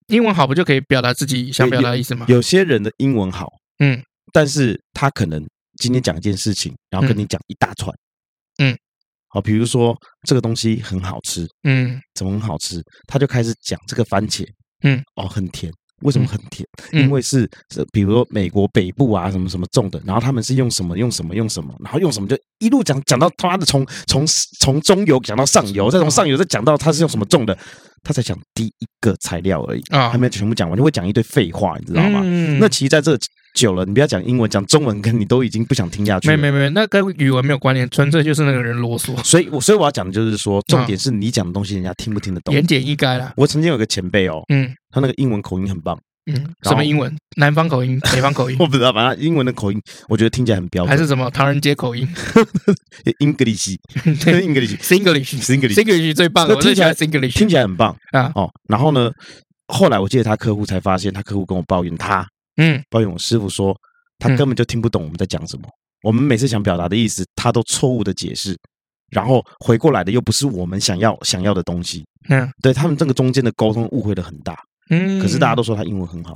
S1: 英文好不就可以表达自己想表达的意思吗？
S2: 有些人的英文好，
S1: 嗯，
S2: 但是他可能今天讲一件事情，然后跟你讲一大串，
S1: 嗯，
S2: 好，比如说这个东西很好吃，
S1: 嗯
S2: 怎么很好吃，他就开始讲这个番茄，
S1: 嗯，
S2: 哦，很甜。为什么很甜？
S1: 嗯
S2: 因为是是比如说美国北部啊，什么什么种的，然后他们是用什么用什么用什么，然后用什么就一路讲讲到他妈的从从从中游讲到上游，再从上游再讲到他是用什么种的，他才讲第一个材料而已，
S1: 啊
S2: 还没有全部讲完，就会讲一堆废话，你知道吗？
S1: 嗯
S2: 那其实在这久了，你不要讲英文，讲中文，跟你都已经不想听下去
S1: 没
S2: 了。
S1: 没没，那跟语文没有关联，纯粹就是那个人啰嗦，
S2: 所以我所以我要讲的就是说，重点是你讲的东西，人家听不听得懂。
S1: 言简意赅啦。
S2: 我曾经有一个前辈哦，
S1: 嗯
S2: 他那个英文口音很棒，，
S1: 嗯，什么英文？南方口音、北方口音
S2: 我不知道，反正英文的口音，我觉得听起来很标
S1: 还
S2: 准。
S1: 是什么唐人街口 音
S2: English，
S1: 对
S2: English，English，
S1: ？Singlish，Singlish 最棒了，
S2: 那
S1: 我最
S2: 听
S1: 喜
S2: 起来
S1: 欢 Singlish
S2: 听起来很棒
S1: 啊。
S2: 哦。然后呢，后来我记得他客户才发现，他客户跟我抱怨他，
S1: 嗯，
S2: 抱怨我师傅说，他
S1: 嗯
S2: 根本就听不懂我们在讲什么。我们每次想表达的意思，他都错误的解释，然后回过来的又不是我们想要想要的东西。
S1: 嗯
S2: 对他们这个中间的沟通误会的很大。
S1: 嗯。
S2: 可是大家
S1: 都
S2: 都说他英文很好，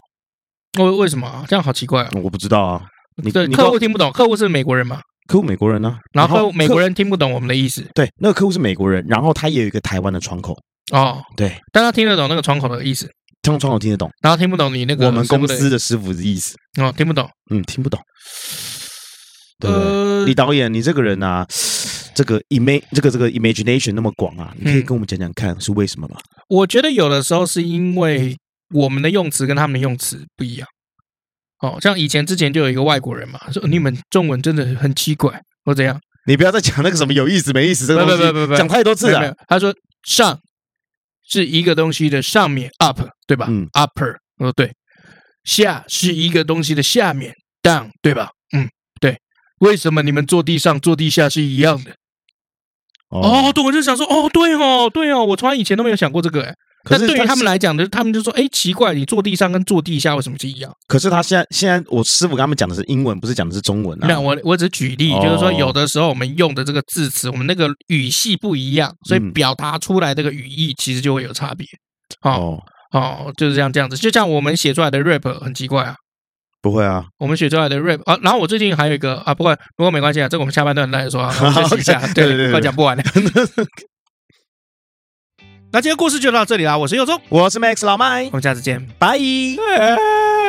S1: 为为什么啊这样好奇怪啊？
S2: 我不知道啊。你
S1: 对，
S2: 你
S1: 客户
S2: 光
S1: 听不懂，客户是美国人嘛，
S2: 客户美国人啊呢、
S1: 然后客户美国
S2: 人
S1: 人听不懂我们的意思
S2: 对那个客户是美国人，然后他也有一个台湾的窗口，
S1: 哦，
S2: 对，
S1: 但他听得懂那个窗口的意思，
S2: 他们窗口听得懂
S1: 然后听不懂你那个
S2: 我们
S1: 师傅
S2: 公
S1: 的
S2: 司的师傅的意思，
S1: 哦，听不懂。
S2: 嗯，听不懂。对不对
S1: 呃
S2: 李，导演，你这个人啊， 这个 ima 这个这个 imagination 那么广啊，你可以
S1: 嗯
S2: 跟我们讲讲看是为什么吗？
S1: 我觉得有的时候是因为我们的用词跟他们的用词不一样。
S2: 嗯
S1: 哦，像以前之前就有一个外国人嘛，说你们中文真的很奇怪，或怎样。
S2: 你不要再讲那个什么有意思没意思这 个
S1: 不不不
S2: 东
S1: 不不
S2: 西，讲太多次
S1: 没有没
S2: 了
S1: 有。他说上是一个东西的上面 up 对吧？
S2: 嗯
S1: upper 哦对，下是一个东西的下面 down 对吧？嗯对。为什么你们坐地上坐地下是一样的？哦，，对，我就想说，哦，对哦，对哦，我从来以前都没有想过这个。哎，
S2: 可
S1: 但
S2: 是
S1: 对于他们
S2: 来，
S1: 来讲呢，他们就说，哎，奇怪，你坐地上跟坐地下为什么是一样？
S2: 可是他现在现在我师傅跟他们讲的是英文，不是讲的是中文
S1: 没有，
S2: 啊。
S1: 我我只举例，就是说
S2: 哦
S1: 有的时候我们用的这个字词，我们那个语系不一样，所以
S2: 嗯
S1: 表达出来这个语义其实就会有差别。哦
S2: 哦，
S1: 哦，就是这样这样子，就像我们写出来的 rap 很奇怪啊，
S2: 不会啊，，
S1: 我们写出来的 rap 啊，然后我最近还有一个啊，不过不过没关系啊，这个我们下半段再说啊，我们休息一下
S2: 对
S1: 对，
S2: 对对
S1: 快讲不完了。 那今天故事就到这里啦，我是佑宗，
S2: 我是 Max 老麦
S1: 我，们下次见。
S2: 拜。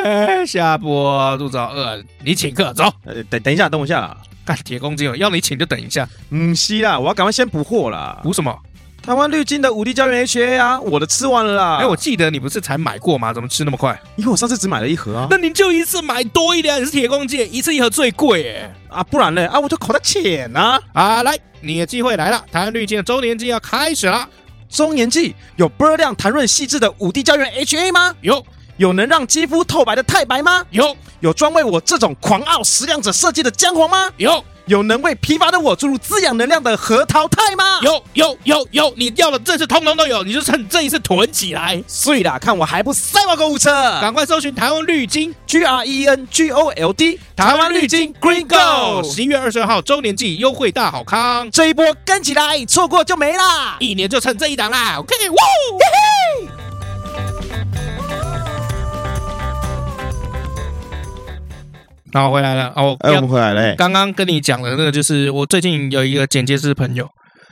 S1: 哎下播肚子好饿，你请客走。
S2: 呃，等等一下，等我一下啦。
S1: 干铁公鸡哦，要你请就等一下，
S2: 嗯，是啦，我要赶快先补货啦。
S1: 补什么？
S2: 台湾绿金的五 D 胶原 HA 啊，我的吃完了啦。
S1: 哎，我记得你不是才买过吗？怎么吃那么快？
S2: 因为我上次只买了一盒啊，
S1: 那你就一次买多一点，你是铁公鸡，一次一盒最贵哎。
S2: 啊，不然呢？啊，我就口袋浅啊。
S1: 啊，来，你的机会来了，台湾绿金的周年庆要开始了。
S2: 中年剂有波量弹润细致的五 D 胶原 HA 吗？
S1: 有
S2: 有能让肌肤透白的太白吗？
S1: 有
S2: 有专为我这种狂傲食量者设计的姜黄吗？
S1: 有
S2: 有能为疲乏的我注入滋养能量的核桃肽吗？
S1: 有有有有，你要的这次通通都有，你就趁这一次囤起来，
S2: 碎啦，看我还不塞爆购物车
S1: 赶快搜寻台湾绿金，
S2: ！G R E N G O L D，
S1: 台湾绿金 Green Go，
S2: Go
S1: 十一月二十二号周年季优惠大好康，
S2: 这一波跟起来，错过就没啦！
S1: 一年就趁这一档啦，OK，哇！然后回来了，哦，
S2: 哎，我
S1: 要
S2: 们回来嘞。
S1: 刚刚跟你讲的那个，就是我最近有一个剪接师朋友，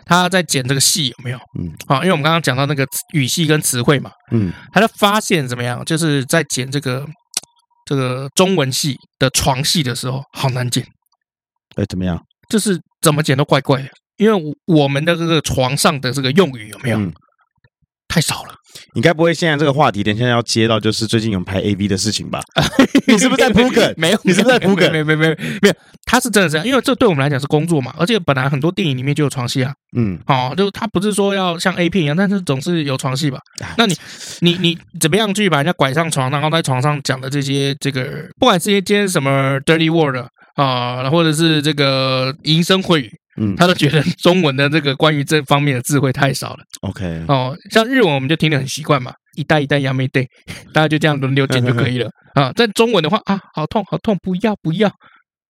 S1: 他在剪这个戏有没有？
S2: 嗯
S1: 啊，因为我们刚刚讲到那个词语系跟词汇嘛，
S2: 嗯，
S1: 他就发现怎么样，就是在剪这个这个中文系的床戏的时候，好难剪，
S2: 哎，怎么样？
S1: 就是怎么剪都怪怪的，因为我我们的这个床上的这个用语有没有、
S2: 嗯
S1: 太少了？
S2: 你该不会现在这个话题，等一下要接到就是最近有拍 AV 的事情 吧？你是不是在铺 梗？
S1: 没有，
S2: 你是不是在铺梗
S1: 没有没有没有没有，他是真的是这样，因为这对我们来讲是工作嘛，而且本来很多电影里面就有床戏啊。
S2: 嗯，
S1: 哦，就他不是说要像 A 片一样，但是总是有床戏吧
S2: 哎？
S1: 那你你你怎么样去把人家拐上床，然后在床上讲的这些这个，不管是一些什么 dirty word 啊、或者是这个淫声秽语，
S2: 嗯
S1: 他都觉得中文的这个关于这方面的智慧太少了。
S2: ，OK，
S1: 哦，像日文我们就听得很习惯嘛，一代一代杨梅对， 大家就这样轮流剪就可以了啊。但中文的话啊，好痛好痛，不要不要，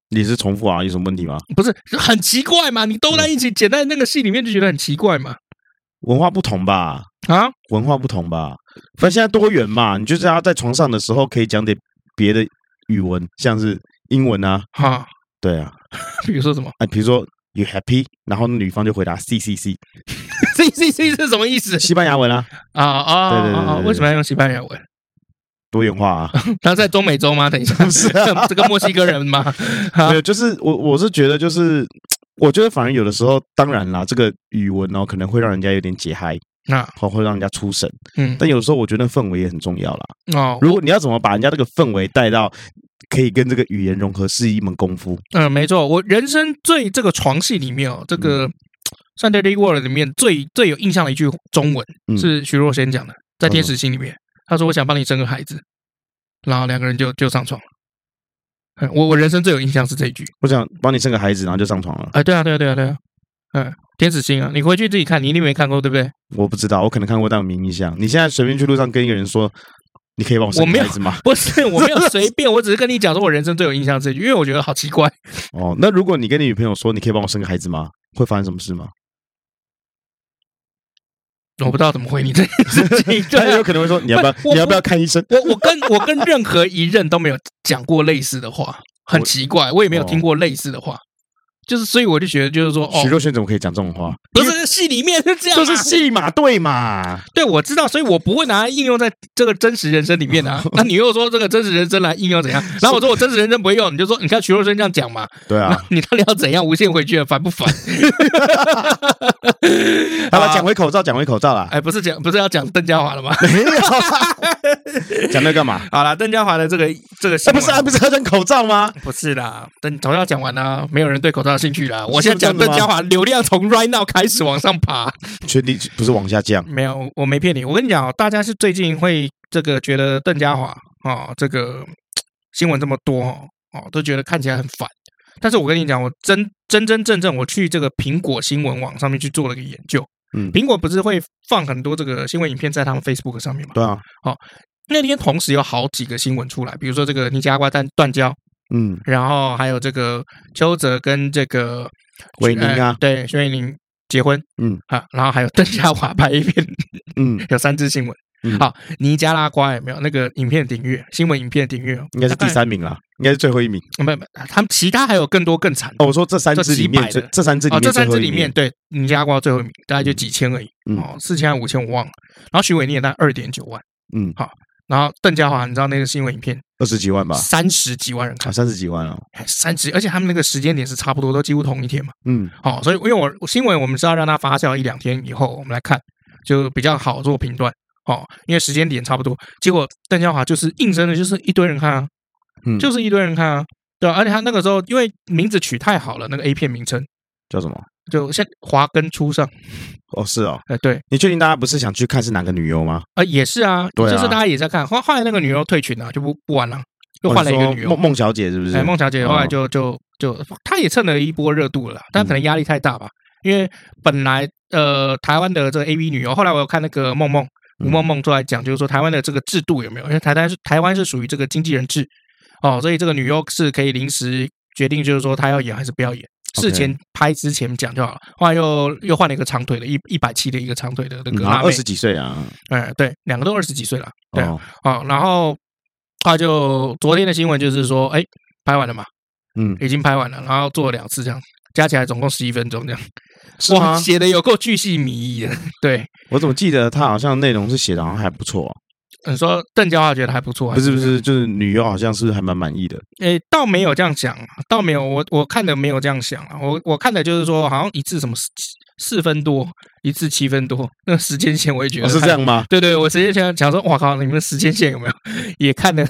S2: 你是重复啊？有什么问题吗？
S1: 不是很奇怪嘛？你都在一起剪在那个戏里面就觉得很奇怪嘛
S2: 文化不同吧？
S1: 啊。
S2: 文化不同吧？反正现在多元嘛，你就是要在床上的时候可以讲点别的语文，像是英文啊，
S1: 哈，
S2: 对啊，
S1: 比如说什么
S2: 哎，比如说 you happy，然后女方就回答 c c c，
S1: C C C 是什么意思
S2: 西班牙文啊，
S1: 啊啊
S2: 对对对
S1: 啊！啊
S2: 对对
S1: 为什么要用西班牙文？
S2: 多元化啊，
S1: 他在中美洲吗？等一下，
S2: 不是 啊
S1: 这个墨西哥人吗？啊
S2: 没有，就是我我是觉得就是。我觉得反而有的时候，当然啦，这个语文哦，可能会让人家有点解嗨，
S1: 那
S2: 或会让人家出神。
S1: 啊嗯
S2: 但有时候我觉得氛围也很重要啦。
S1: 哦
S2: 如果你要怎么把人家这个氛围带到可以跟这个语言融合，是一门功夫。
S1: 嗯，没错，我人生最这个床戏里面哦，这个《s u n d a y World》里面最最有印象的一句中文
S2: 嗯
S1: 是徐若瑄讲的，在《天使心》里面，她说：“我想帮你生个孩子。”然后两个人就就上床了。嗯我我人生最有印象是这一句。
S2: 我想帮你生个孩子，然后就上床了。
S1: 哎，对啊，对啊，对啊，对啊，嗯，《天使心》啊，你回去自己看，你一定没看过，对不对？
S2: 我不知道，我可能看过，但我没印象。你现在随便去路上跟一个人说，你可以帮我生
S1: 我没
S2: 个
S1: 有
S2: 孩子吗？
S1: 不是，我没有随便，我只是跟你讲说，我人生最有印象这句，因为我觉得好奇怪。
S2: 哦，那如果你跟你女朋友说，你可以帮我生个孩子吗？会发生什么事吗？
S1: 我不知道怎么回你这件事 情。
S2: 她
S1: 对
S2: 有
S1: 啊，
S2: 可能会说，你要不要
S1: 不我
S2: 你要不要看医生？
S1: 我我跟我跟任何一任都没有讲过类似的话，很奇怪，我也哦没有听过类似的话。就是，所以我就觉得，就是说，哦
S2: 徐，若瑄怎么可以讲这种话？
S1: 不是戏里面是这样、
S2: 这
S1: 啊，
S2: 是戏嘛，对嘛？
S1: 对我知道，所以我不会拿来应用在这个真实人生里 面啊。那你又说这个真实人生来应用 怎样？然后我说我真实人生不会用，你就说你看徐若瑄这样讲嘛，
S2: 对啊
S1: 那。你到底要怎样无限回去了，烦不烦？
S2: 好
S1: 啊
S2: 了，讲回口罩，讲回口罩 啦。
S1: 哎，不是讲不是要讲邓家华了吗？
S2: 没有 啦，讲那干嘛？
S1: 好啦，邓家华的这个这个新
S2: 哎，
S1: 闻啊
S2: 不是啊，不是要讲口罩吗？
S1: 不是啦，等口罩讲完啦、没有人对口罩有兴趣啦。我现在讲
S2: 是
S1: 邓
S2: 真的吗
S1: 家华流量从 right now 开始往上爬，
S2: 确定不是往下降，
S1: 没有，我没骗你。我跟你讲、哦，大家是最近会这个觉得邓家华啊、哦，这个嘖新闻这么多哦，哦，都觉得看起来很烦。但是我跟你讲，我真真真正正我去这个苹果新闻网上面去做了个研究，
S2: 嗯
S1: 苹果不是会放很多这个新闻影片在他们 Facebook 上面吗？
S2: 对啊，
S1: 那天同时有好几个新闻出来，比如说这个尼加瓜断断交，
S2: 嗯，
S1: 然后还有这个邱泽跟这个
S2: 韦宁啊
S1: 呃对，薛伟宁结婚，
S2: 嗯
S1: 啊，然后还有邓家华拍一片，
S2: 嗯，
S1: 有三支新闻。
S2: 嗯
S1: 好，尼加拉瓜有没有那个影片订阅？新闻影片订阅哦
S2: 应该是第，三名啦，应该是最后一名。
S1: 大概没有没有，他们其他还有更多更惨的。
S2: 哦，我说这三支里面
S1: 这几百
S2: 最
S1: 的
S2: 这三支里
S1: 哦，
S2: 面
S1: 这
S2: 最
S1: 三
S2: 后
S1: 支
S2: 一
S1: 里面，
S2: 名，
S1: 对尼加拉瓜最后一名，大概就几千而已，
S2: 嗯
S1: 哦，四千还五千我忘了。然后徐伟宁也在二点九万，
S2: 嗯，
S1: 然后邓家华，你知道那个新闻影片
S2: 二十几万吧，
S1: 三十几万人看
S2: 啊，，三十几万哦，
S1: 三十，而且他们那个时间点是差不多，都几乎同一天嘛。
S2: 嗯
S1: 好、所以因为我我新闻我们是要让它发酵一两天以后，我们来看就比较好做评断。哦，因为时间点差不多，结果邓家华就是硬生的，就是一堆人看啊，
S2: 嗯，
S1: 就是一堆人看啊，对吧、而且他那个时候因为名字取太好了，那个 A 片名称
S2: 叫什么？
S1: 就像华根初上，
S2: 哦，是哦，
S1: 呃，对，
S2: 你确定大家不是想去看是哪个女优吗？
S1: 呃，也是啊，
S2: 对啊
S1: 就是大家也在看，后后来那个女优退群了、就不不玩了，又换了一个
S2: 哦你
S1: 女优
S2: 说孟，孟小姐是不是
S1: 哎，？孟小姐后来
S2: 哦
S1: 就就就，她也蹭了一波热度了啦，但可
S2: 嗯
S1: 能压力太大吧，因为本来呃台湾的这个 A V 女优，后来我有看那个梦梦吴
S2: 嗯
S1: 梦梦出来讲，就是说台湾的这个制度有没有？因为台湾是台湾是属于这个经纪人制哦，所以这个女优是可以临时决定，就是说她要演还是不要演。
S2: OK
S1: 事前拍之前讲就好了，后来又又换了一个长腿的，一一百七的一个长腿的那个辣
S2: 啊，
S1: 妹
S2: 二，十几岁啊，
S1: 哎，对，两个都二十几岁了，对啊
S2: 哦，
S1: 哦，然后他就昨天的新闻就是说，哎，拍完了嘛，
S2: 嗯，
S1: 已经拍完了，然后做了两次这样，加起来总共十一分钟这样。
S2: 是吗
S1: 哇，写的有够巨细靡遗 的。对，
S2: 我怎么记得她好像内容是写的好像还不错哦，
S1: 你说邓家华觉得还不错，
S2: 不是不是，就是女优好像是不是还蛮满意的？
S1: 诶，倒没有这样讲，倒没有，我我看的没有这样想啊，我我看的就是说，好像一次什么四四分多，一次七分多，那个时间线我也觉得、
S2: 哦，是这。样吗？
S1: 对对，我时间线想说，哇靠，你们的时间线有 没有也看的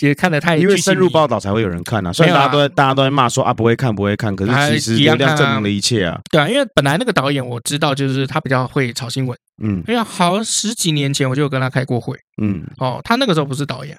S1: 也看的太
S2: 因为
S1: 巨细
S2: 深入
S1: 靡遗
S2: 报道才会有人看啊，虽然
S1: 没有啊
S2: 大家都在大家都在骂说啊不会看不会看，可
S1: 哎
S2: 是其实
S1: 一样
S2: 流量
S1: 看啊
S2: 证明了一切啊，
S1: 对啊，因为本来那个导演我知道，就是他比较会炒新闻，
S2: 嗯
S1: 因为好像十几年前我就有跟他开过会。
S2: 嗯
S1: 哦，他那个时候不是导演。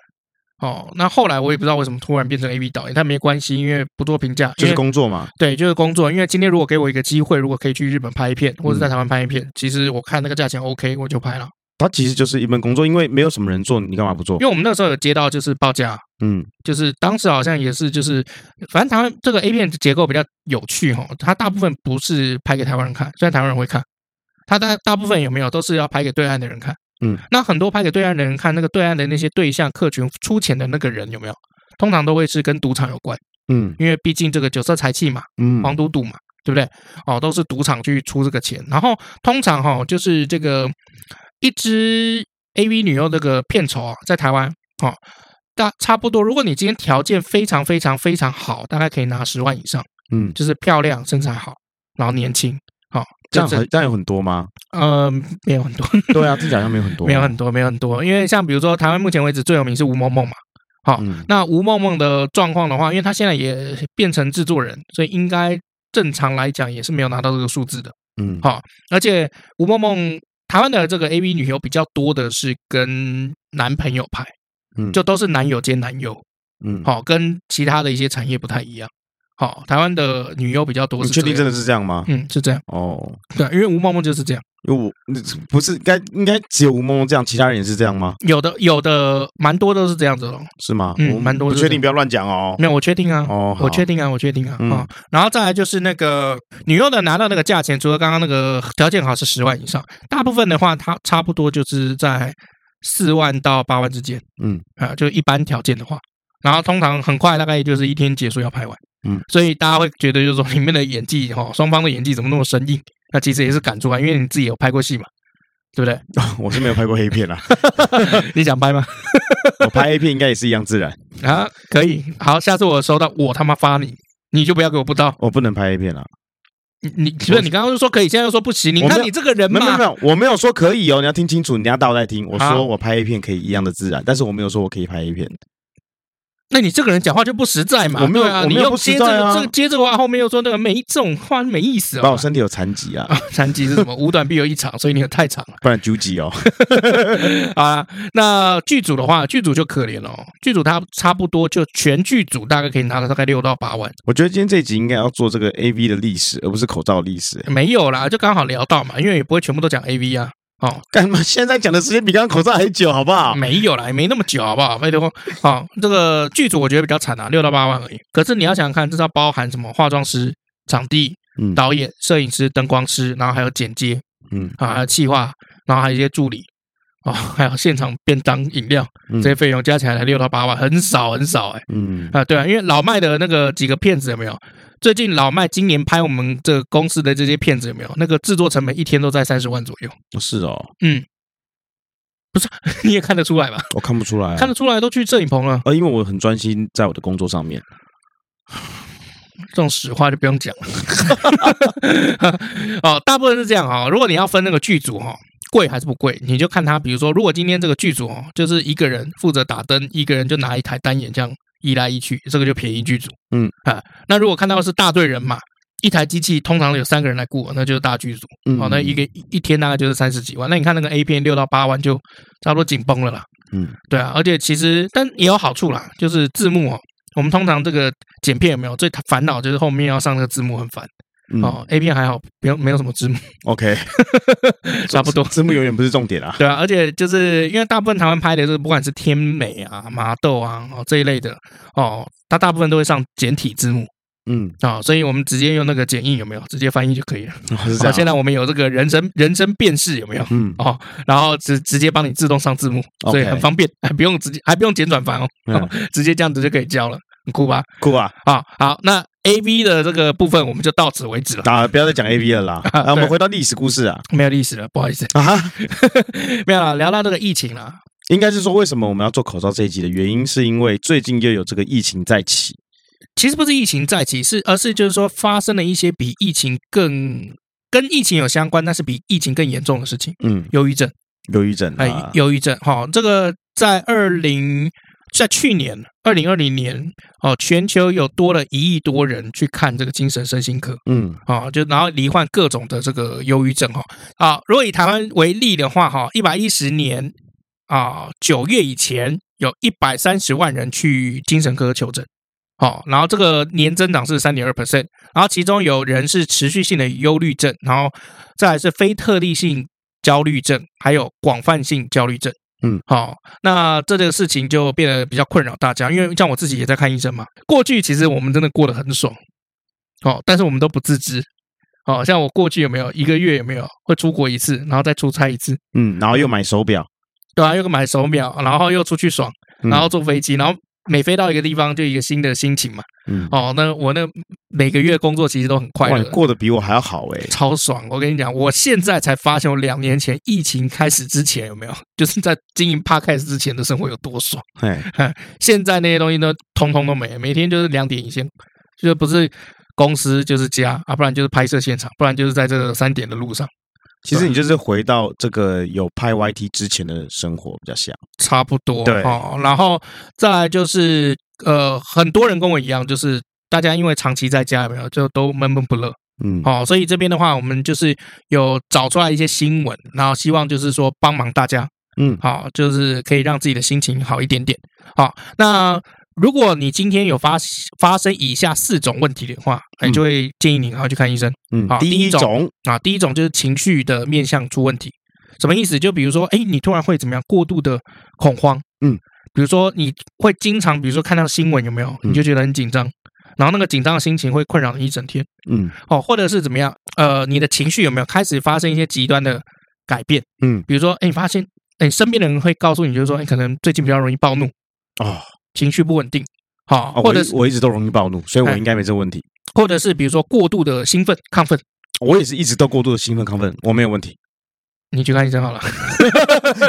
S1: 哦，那后来我也不知道为什么突然变成 A B 导演，但没关系，因为不做评价，
S2: 就
S1: 因
S2: 是
S1: 为
S2: 工作嘛，
S1: 对，就是工作。因为今天如果给我一个机会，如果可以去日本拍一片，或者
S2: 嗯
S1: 在台湾拍一片，其实我看那个价钱 OK，我就拍了。
S2: 它其实就是一份工作，因为没有什么人做，你干嘛不做
S1: 因？为我们那时候有接到就是报价，
S2: 嗯
S1: 就是当时好像也是就是，反正台湾这个 A 片结构比较有趣哈、哦，它大部分不是拍给台湾人看，虽然台湾人会看，它大大部分有没有都是要拍给对岸的人看。
S2: 嗯，
S1: 那很多拍给对岸的人看，那个对岸的那些对象客群出钱的那个人有没有，通常都会是跟赌场有关，
S2: 嗯
S1: 因为毕竟这个酒色财气嘛，
S2: 嗯，
S1: 黄赌毒嘛，对不对？哦，都是赌场去出这个钱。然后通常哈、哦，就是这个一支 AV 女优这个片酬啊，在台湾哦，大差不多。如果你今天条件非常非常非常好，大概可以拿十万以上，
S2: 嗯，
S1: 就是漂亮、身材好，然后年轻。好、哦，
S2: 这样
S1: 是
S2: 很这样有很 多吗？
S1: 呃没有很多，
S2: 对啊，听起来好像没有很多，
S1: 没有很多，没有很多。因为像比如说台湾目前为止最有名是吴某某嘛。好、
S2: 嗯
S1: 那吴梦梦的状况的话，因为她现在也变成制作人，所以应该正常来讲也是没有拿到这个数字的。
S2: 嗯
S1: 好而且吴梦梦台湾的这个 A V 女优比较多的是跟男朋友拍，
S2: 嗯
S1: 就都是男友兼男友，
S2: 嗯，
S1: 好、跟其他的一些产业不太一样。好、台湾的女优比较多
S2: 你
S1: 是
S2: 确
S1: 这
S2: 定
S1: 样，
S2: 真的是这样吗？
S1: 嗯，是这样，
S2: 哦，
S1: 对，因为吴梦梦就是这样，
S2: 因为我那不是该应该只有吴梦梦这样，其他人也是这样吗？
S1: 有的有的蛮多都是这样子的哦，
S2: 是吗？
S1: 嗯
S2: 我
S1: 蛮多
S2: 不
S1: 是
S2: 确
S1: 这
S2: 定，
S1: 样
S2: 不要乱讲哦。
S1: 没有，我确定啊，
S2: 哦，
S1: 我确
S2: 确定。
S1: 定啊，我确定啊啊、
S2: 嗯
S1: 然后再来就是那个女优的拿到那个价钱，除了刚刚那个条件好是十万以上，大部分的话，它差不多就是在四万到八万之间。
S2: 嗯
S1: 啊、就一般条件的话，然后通常很快，大概就是一天结束要拍完。
S2: 嗯，
S1: 所以大家会觉得就是说里面的演技哈，双方的演技怎么那么生硬？那其实也是赶出来，因为你自己有拍过戏嘛，对不对？
S2: 我是没有拍过黑片啊，
S1: 你想拍吗？
S2: 我拍黑片应该也是一样自然，
S1: 啊，可以。好，下次我收到，我他妈发你，你就不要给我不到。
S2: 我不能拍黑片啊。
S1: 你你不是你刚刚就说可以，现在又说不行，你
S2: 我没
S1: 看
S2: 有
S1: 你这个人
S2: 没有没有
S1: 嘛。
S2: 没有，我没有说可以哦，你要听清楚，你要倒带听。我
S1: 好
S2: 说我拍 A 片可以一样的自然，但是我没有说我可以拍 A 片。
S1: 那你这个人讲话就不实在嘛？
S2: 我没有
S1: 对啊，
S2: 我没
S1: 你
S2: 有
S1: 又
S2: 不实
S1: 接这
S2: 在
S1: 个
S2: 啊
S1: 这个接这个话，后面又说那个没这种话没意思
S2: 把
S1: 啊
S2: 我。身体有残疾啊，
S1: 啊，残疾是什么？五短必有一长，所以你有太长了
S2: 不然纠集哦。
S1: 啊。那剧组的话，剧组就可怜了、哦，剧组他差不多就全剧组大概可以拿到大概六到八万，
S2: 我觉得今天这一集应该要做这个 A V 的历史，而不是口罩的历史。
S1: 没有啦，就刚好聊到嘛，因为也不会全部都讲 A V 啊。哦，
S2: 干嘛？现在讲的时间比刚刚口罩还久，好不好？
S1: 没有啦，也没那么久，好不好？拜托，哦，这个剧组我觉得比较惨啊，六到八万而已。可是你要想想看，这是要包含什么？化妆师、场地、
S2: 嗯
S1: 导演、摄影师、灯光师，然后还有剪接，
S2: 嗯
S1: 啊，还有企划，然后还有一些助理，哦，还有现场便当、饮料这些费用加起来才六到八万，很少很少哎、
S2: 嗯，
S1: 啊，对啊，因为老麦的那个几个片子有没有？最近老麦今年拍我们这个公司的这些片子有没有？那个制作成本一天都在三十万左右。
S2: 是哦，
S1: 嗯，不是，你也看得出来吧？
S2: 我看不出来啊，
S1: 看得出来都去摄影棚了，
S2: 呃，因为我很专心在我的工作上面。
S1: 这种实话就不用讲了。 哦，大部分是这样哈、哦。如果你要分那个剧组哈、哦，贵还是不贵，你就看他，比如说，如果今天这个剧组哦，就是一个人负责打灯，一个人就拿一台单眼这样移来移去，这个就便宜剧组。
S2: 嗯
S1: 啊，那如果看到是大队人马。一台机器通常有三个人来雇，那就是大剧组。
S2: 嗯
S1: 哦，那一个一一天大概就是三十几万。那你看那个 A 片六到八万就差不多紧绷了啦。
S2: 嗯
S1: 对啊，而且其实但也有好处啦，就是字幕哦。我们通常这个剪片有没有最烦恼就是后面要上那个字幕很烦
S2: 嗯
S1: 哦。A 片还好，不用没有什么字幕，
S2: ，OK，
S1: 差不多。
S2: 字幕永远不是重点啊。
S1: 对啊，而且就是因为大部分台湾拍的就是不管是天美啊、麻豆啊哦这一类的哦，它大部分都会上简体字幕
S2: 嗯，
S1: 啊、哦，所以我们直接用那个简易有没有直接翻译就可以了。
S2: 哦是这
S1: 哦，现
S2: 样。
S1: 在我们有这个人声人声辨识有没有？
S2: 嗯，
S1: 哦，然后直直接帮你自动上字幕，所以
S2: OK
S1: 很方便， 还不用直接还不用简转繁哦，
S2: 嗯
S1: 直接这样子就可以教了，很酷吧？
S2: 酷啊！
S1: 啊，好，那 A V 的这个部分我们就到此为止了，
S2: 啊，不要再讲 A V 了啦。啊，我们回到历史故事啊。
S1: 没有历史了，不好意思，
S2: 啊哈，
S1: 没有了，聊到这个疫情了，
S2: 应该是说为什么我们要做口罩这一集的原因，是因为最近又有这个疫情在起。
S1: 其实不是疫情再起，是而是就是说发生了一些比疫情更跟疫情有相关，但是比疫情更严重的事情，
S2: 嗯，
S1: 忧郁症。
S2: 忧郁症
S1: 哎
S2: 啊，，
S1: 忧郁症。哈、这个在二零在去年二零二零年哦，全球有多了一亿多人去看这个精神身心科
S2: 嗯
S1: 啊、哦就然后罹患各种的这个忧郁症哈啊、如果以台湾为例的话哈，一百一十年啊九、月以前有一百三十万人去精神科求诊。哦，然后这个年增长是三点二 percent，然后其中有人是持续性的忧虑症，然后再来是非特例性焦虑症，还有广泛性焦虑症。
S2: 嗯，
S1: 好、那这个事情就变得比较困扰大家，因为像我自己也在看医生嘛。过去其实我们真的过得很爽，哦，但是我们都不自知。哦，像我过去有没有一个月有没有会出国一次，然后再出差一次，
S2: 嗯，然后又买手表，
S1: 对啊，又买手表，然后又出去爽，
S2: 嗯
S1: 然后坐飞机，然后每飞到一个地方就一个新的心情嘛。
S2: 嗯，
S1: 哦，那我那每个月工作其实都很快
S2: 哇，
S1: 乐
S2: 你，过得比我还要好 哎。
S1: 超爽！我跟你讲，我现在才发现，我两年前疫情开始之前有没有，就是在经营 podcast 之前的生活有多爽。
S2: 哎，
S1: 现在那些东西都通通都没，每天就是两点一线，就是不是公司就是家啊，不然就是拍摄现场，不然就是在这个三点的路上，
S2: 其
S1: 啊
S2: 实你就是回到这个有拍 YT 之前的生活比较像。
S1: 差不多。
S2: 对
S1: 哦，然后再来就是呃，很多人跟我一样，就是大家因为长期在家有没有，就都闷闷不乐。
S2: 嗯，
S1: 哦，所以这边的话，我们就是有找出来一些新闻，然后希望就是说帮忙大家，
S2: 嗯
S1: 好、就是可以让自己的心情好一点点。好、那如果你今天有发发生以下四种问题的话，哎，
S2: 嗯
S1: 就会建议你赶快去看医生
S2: 嗯
S1: 好，
S2: 第
S1: 第一
S2: 一
S1: 种
S2: 种，
S1: 啊。第一种就是情绪的面向出问题，什么意思？就比如说，哎，你突然会怎么样？过度的恐慌，
S2: 嗯，
S1: 比如说你会经常，比如说看到新闻有没有，
S2: 嗯
S1: 你就觉得很紧张，然后那个紧张的心情会困扰你一整天。
S2: 嗯
S1: 哦，或者是怎么样？呃，你的情绪有没有开始发生一些极端的改变？
S2: 嗯，
S1: 比如说，哎，你发现，哎，身边的人会告诉你，就是说，哎，可能最近比较容易暴怒，
S2: 哦，
S1: 情绪不稳定，好、
S2: 哦
S1: 或
S2: 我
S1: 者
S2: 一
S1: 是
S2: 我一直都容易暴怒，所以我
S1: 哎
S2: 应该没这个问题。
S1: 或者是比如说过度的兴奋、亢奋，
S2: 我也是一直都过度的兴奋亢奋，我没有问题，
S1: 你去看医生 好了。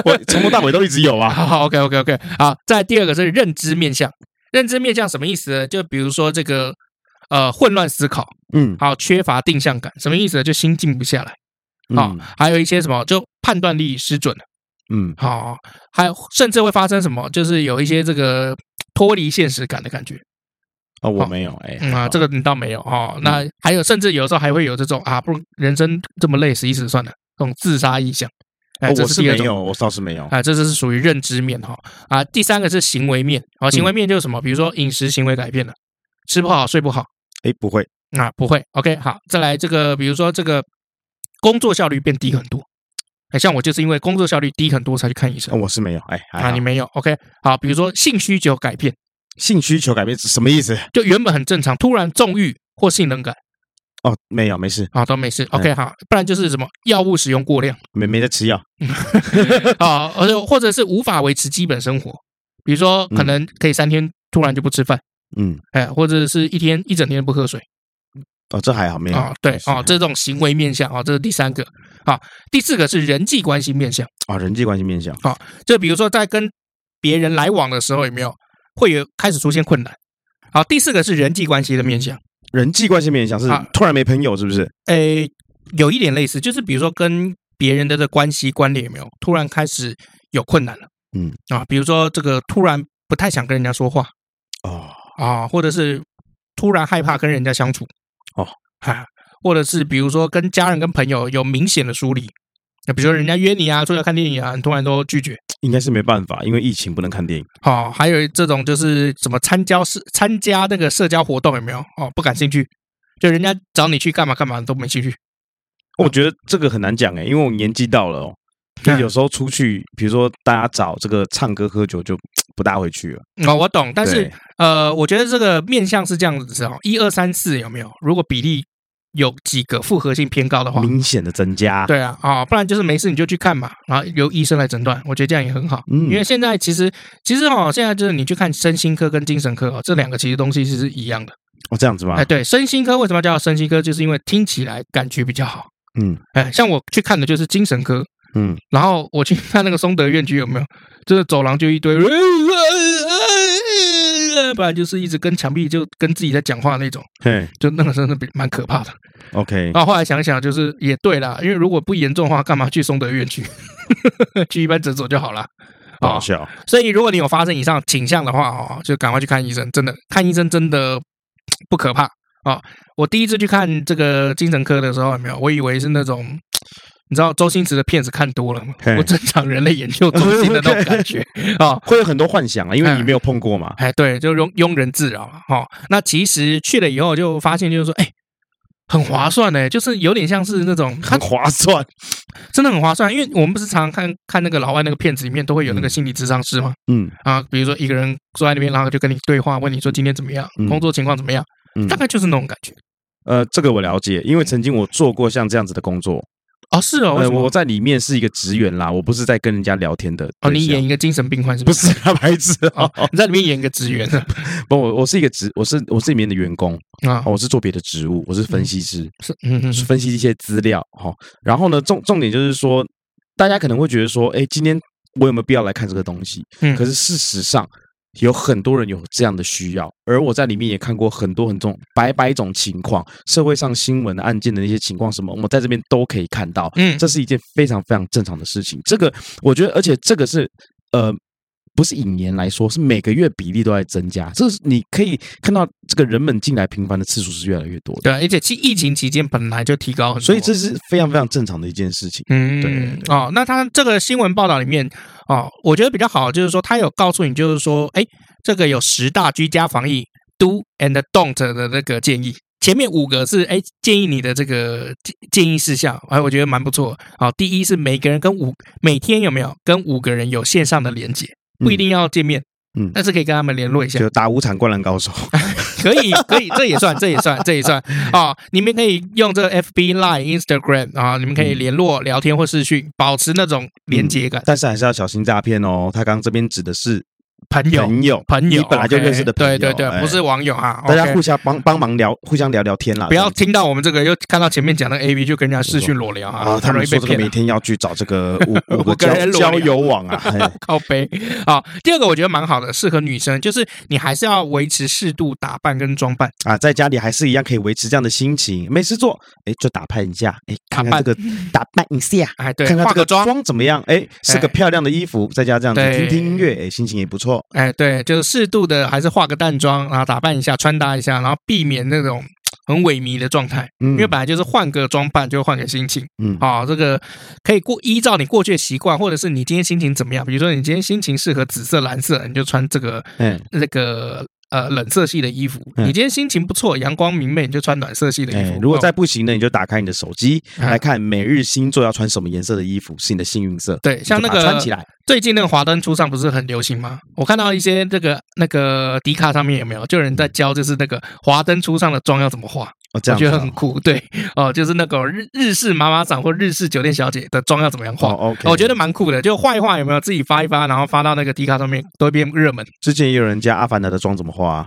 S2: 我从头到尾都一直有 啊。
S1: 好好，OK，OK，OK，、好。再来第二个是认知面向，认知面向什么意思呢？就比如说这个呃混乱思考，
S2: 嗯，
S1: 好，缺乏定向感，什么意思呢？就心静不下来，好、
S2: 嗯
S1: 还有一些什么就判断力失准。
S2: 嗯
S1: 好、还有甚至会发生什么？就是有一些这个脱离现实感的感觉。
S2: 哦，我
S1: 好
S2: 没有，哎、
S1: 嗯啊，这
S2: 个
S1: 个你倒没有
S2: 嗯
S1: 哦。那还有，甚至有时候还会有这种啊，不如人生这么累，死一死算了，这种自杀意向。哎，这
S2: 哦我
S1: 是第二
S2: 没
S1: 种。
S2: 有，我倒是没有。
S1: 啊，这就是属于认知面哈啊。第三个是行为面
S2: 嗯
S1: 啊，行为面就是什么？比如说饮食行为改变了，吃不好睡不好，
S2: 哎，不会，
S1: 啊，不会。OK，好，再来这个，比如说这个工作效率变低很多，哎，像我就是因为工作效率低很多才去看医
S2: 哦
S1: 生
S2: 我是没有，哎，还好
S1: 啊，你没有。OK，好，比如说性需求改变，
S2: 性需求改变是什么意思？
S1: 就原本很正常，突然纵欲或性冷感
S2: 哦，没有，没事，
S1: 啊，都没事。OK，好，不然就是什么药物使用过量。
S2: 没没在吃药。
S1: 啊，而且或者是无法维持基本生活，比如说可能可以三天突然就不吃饭，
S2: 嗯，
S1: 哎，或者是一天一整天不喝水
S2: 哦，这还好，没有。
S1: 啊，对
S2: 是
S1: 啊，这种行为面向啊，这是第三个啊，第四个是人际关系面向，
S2: 啊，人际关系面向，
S1: 就比如说在跟别人来往的时候，有没有会有开始出现困难？好，第四个是人际关系的面向，
S2: 人际关系面向是
S1: 啊
S2: 突然没朋友，是不是？
S1: 诶，呃有一点类似，就是比如说跟别人的这关系关联有没有突然开始有困难了？
S2: 嗯
S1: 啊，比如说这个突然不太想跟人家说话。
S2: 哦，
S1: 啊，或者是突然害怕跟人家相处
S2: 哦，
S1: 啊，或者是比如说跟家人、跟朋友有明显的疏离，那比如说人家约你啊，说要看电影啊，你突然都拒绝。
S2: 应该是没办法，因为疫情不能看电影。
S1: 哦，还有这种就是什么参加社参加那个社交活动有没有？哦，不感兴趣，就人家找你去干嘛干嘛你都没兴趣。啊
S2: 我觉得这个很难讲哎，因为我年纪到了哦，
S1: 嗯
S2: 就有时候出去，比如说大家找这个唱歌喝酒，就不大会去了。
S1: 哦，我懂，但是
S2: 对
S1: 呃，我觉得这个面向是这样子哦，一二三四有没有？如果比例有几个复合性偏高的话，
S2: 明显的增加。
S1: 对啊，啊、不然就是没事你就去看嘛，然后由医生来诊断，我觉得这样也很好。因
S2: 嗯
S1: 为现在其实其实哦，现在就是你去看身心科跟精神科哦，这两个其实东西是是一样的。
S2: 哦，这样子吗
S1: 哎，？对，身心科为什么叫身心科？就是因为听起来感觉比较好。
S2: 嗯
S1: 哎，像我去看的就是精神科，
S2: 嗯，
S1: 然后我去看那个松德院区有没有，就是走廊就一堆，不然就是一直跟墙壁就跟自己在讲话那种，
S2: 嘿
S1: 就那个真的比蛮可怕的。
S2: ，OK，
S1: 然后后来想想，就是也对啦，因为如果不严重的话，干嘛去松德院去？ 去一般诊所就好啦。
S2: 不好
S1: 哦
S2: 笑。
S1: 所以如果你有发生以上倾向的话，哦，就赶快去看医生。真的，看医生真的不可怕啊、哦！我第一次去看这个精神科的时候，有没有？我以为是那种，你知道周星驰的片子看多了嘛
S2: 嘿，
S1: 我正常人类研究中心的那种感 觉啊、哦。
S2: 会有很多幻想啊，因为你
S1: 嗯
S2: 没有碰过嘛。
S1: 哎，对，就庸庸人自扰嘛。哦，那其实去了以后就发现，就是说，哎，很划算呢，就是有点像是那种它
S2: 很划 算，
S1: 真的很划算，因为我们不是常常看看那个老外那个片子里面都会有那个心理智商师嘛，
S2: 嗯，
S1: 啊，比如说一个人坐在那边，然后就跟你对话，问你说今天怎么样，
S2: 嗯
S1: 工作情况怎么样，
S2: 嗯
S1: 大概就是那种感觉。
S2: 呃，这个我了解，因为曾经我做过像这样子的工作，
S1: 哦，是哦，为
S2: 呃，
S1: 什么
S2: 我在里面是一个职员啦，我不是在跟人家聊天的
S1: 哦，
S2: 对
S1: 你
S2: 象
S1: 演一个精神病患是
S2: 不
S1: 不
S2: 是啊，白痴
S1: 哦
S2: 哦，，
S1: 你在里面演一个职 员啊
S2: 不，我我是一个职，我是我是里面的员工，
S1: 啊
S2: 哦，，我是做别的职务，我是分析师，
S1: 是嗯嗯
S2: 是
S1: 嗯
S2: 分析一些资料，哈、然后呢，重重点就是说，大家可能会觉得说，哎，今天我有没有必要来看这个东西？
S1: 嗯
S2: 可是事实上。有很多人有这样的需要，而我在里面也看过很多很种百百种情况，社会上新闻的案件的那些情况什么，我们在这边都可以看到。
S1: 嗯，
S2: 这是一件非常非常正常的事情。这个我觉得，而且这个是呃，不是引言来说，是每个月比例都在增加。这是你可以看到，这个人们进来频繁的次数是越来越多的，
S1: 对啊，而且其疫情期间本来就提高很多，
S2: 所以这是非常非常正常的一件事情。
S1: 嗯，
S2: 对对
S1: 哦，那他这个新闻报道里面，哦，我觉得比较好，就是说他有告诉你，就是说，哎，这个有十大居家防疫 do and don't 的那个建议，前面五个是哎建议你的这个建建议事项，哎，我觉得蛮不错。好、第一是每个人跟五每天有没有跟五个人有线上的连接，不一定要见面。
S2: 嗯
S1: 但是可以跟他们联络一下，
S2: 就打无产灌篮高手，
S1: 可以，可以，这也算，这也算，这也 算啊、你们可以用这个 FB、Line、Instagram 啊、你们可以联络、聊天或视讯，保持那种连接感。
S2: 但是还是要小心诈骗哦。他刚刚这边指的是
S1: 朋友，
S2: 朋友，
S1: 朋友，
S2: 你本来就
S1: OK，
S2: 认识的朋友，
S1: 对对对，
S2: 哎
S1: 不是。网友哈。
S2: 大家
S1: OK
S2: 互相帮帮忙聊，互相聊聊天啦。
S1: 不要
S2: 这样
S1: 听到我们这个，又看到前面讲的 A B 就跟人家视讯裸聊
S2: 啊！
S1: 啊，
S2: 他
S1: 容
S2: 们
S1: 易被
S2: 说这个
S1: 骗
S2: 每
S1: 啊。
S2: 天要去找这 个五五
S1: 五
S2: 个
S1: 个人
S2: 交
S1: 裸聊
S2: 交友网 啊，嘿
S1: 靠背啊，第二个我觉得蛮好的，适合女生，就是你还是要维持适度打扮跟装扮。
S2: 啊，在家里还是一样可以维持这样的心情，没事做，哎，就打扮一下，哎，看
S1: 打扮
S2: 看这个打扮一下，
S1: 哎，对
S2: 看，看
S1: 化
S2: 这
S1: 个
S2: 个
S1: 妆，
S2: 妆怎么样，哎，是个
S1: 哎
S2: 漂亮的衣服，在家这样子
S1: 对
S2: 听听音乐，哎，心情也不错，
S1: 哎，对，就是适度的，还是化个淡妆，然后打扮一下，穿搭一下，然后避免那种很萎靡的状态，
S2: 嗯
S1: 因为本来就是换个装扮就会换个心情。
S2: 嗯
S1: 啊、这个可以过依照你过去的习惯，或者是你今天心情怎么样。比如说你今天心情适合紫色、蓝色，你就穿这个
S2: 哎
S1: 那个呃冷色系的衣服。
S2: 嗯
S1: 你今天心情不错，阳光明媚，你就穿暖色系的衣
S2: 哎
S1: 服。，
S2: 如果
S1: 哦
S2: 再不行呢，你就打开你的手机
S1: 啊
S2: 来看每日星座要穿什么颜色的衣服是你的幸运色，
S1: 对，像那
S2: 你就把它
S1: 个
S2: 穿起来，
S1: 最近那个华灯初上不是很流行吗？我看到一些这个那个迪卡上面有没有就有人在教，就是那个华灯初上的妆要怎么化，
S2: 哦，这
S1: 我
S2: 样
S1: 觉
S2: 子
S1: 得
S2: 啊
S1: 很酷。对，哦，就是那个日日式妈妈桑或日式酒店小姐的妆要怎么样化。
S2: 哦，OK，
S1: 我觉得蛮酷的，就画一画有没有自己发一发，然后发到那个迪卡上面都会变热门，
S2: 之前也有人家阿凡达的妆怎么画啊，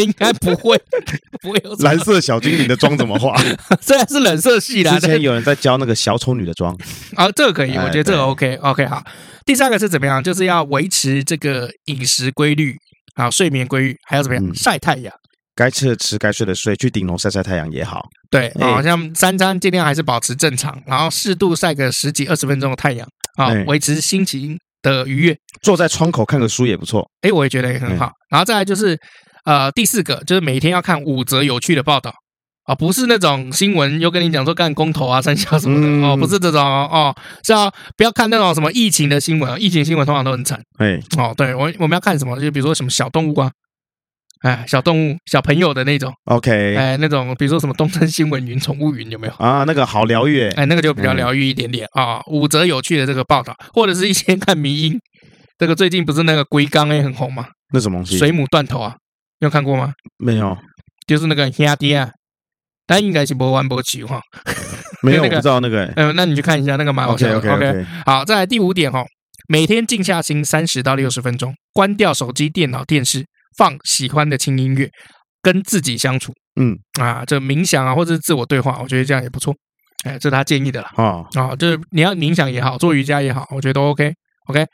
S1: 应该不会 不会有什么
S2: 蓝色小精灵的妆怎么 画，
S1: 虽然是冷色系啦
S2: 之，前有人在教那个小丑女的 妆，
S1: 啊，这个可以，
S2: 哎
S1: 我觉得这
S2: 对
S1: 个 OK OK 好。第三个是怎么样？就是要维持这个饮食规律啊，睡眠规律，还要怎么样？
S2: 嗯
S1: 晒太阳。
S2: 该吃的吃，该睡的睡，去顶楼晒晒太阳也好。
S1: 对，
S2: 哎
S1: 好、像三餐尽量还是保持正常，然后适度晒个十几二十分钟的太阳啊
S2: 哎，
S1: 维持心情的愉悦。
S2: 坐在窗口看个书也不错。
S1: 哎，我也觉得也很好。然后再来就是，呃，第四个就是每天要看五则有趣的报道啊，不是那种新闻又跟你讲说干公投啊、三峡什么的、
S2: 嗯
S1: 哦，不是这种哦，哦是要不要看那种什么疫情的新闻？疫情新闻通常都很惨
S2: 哎，
S1: 哦。对我我们要看什么？就比如说什么小动物啊。哎，小动物、小朋友的那种，
S2: OK，
S1: 哎，那种比如说什么东森新闻云、宠物云有没有？
S2: 啊，那个好疗愈。
S1: 哎，那个就比
S2: 嗯
S1: 较疗愈一点点啊、五则有趣的这个报道，或者是一些 看迷音，这个最近不是那个龟缸也很红吗？
S2: 那什么东西？
S1: 水母断头啊，你有看过吗？
S2: 没有，
S1: 就是那个兄弟啊，他应该是不玩不起哈。
S2: 没有，
S1: 那
S2: 我
S1: 个
S2: 不知道那个。
S1: 嗯、那你去看一下那个蛮好笑
S2: OK
S1: 的。
S2: OK OK，
S1: 好，再来第五点哦，每天静下心三十到六十分钟，关掉手机、电脑、电视，放喜欢的轻音乐，跟自己相处。
S2: 嗯，
S1: 啊，这冥想啊，或者是自我对话，我觉得这样也不错。哎，这是他建议的啦。
S2: 哦，
S1: 啊、就是你要冥想也好，做瑜伽也好，我觉得都 OK。OK，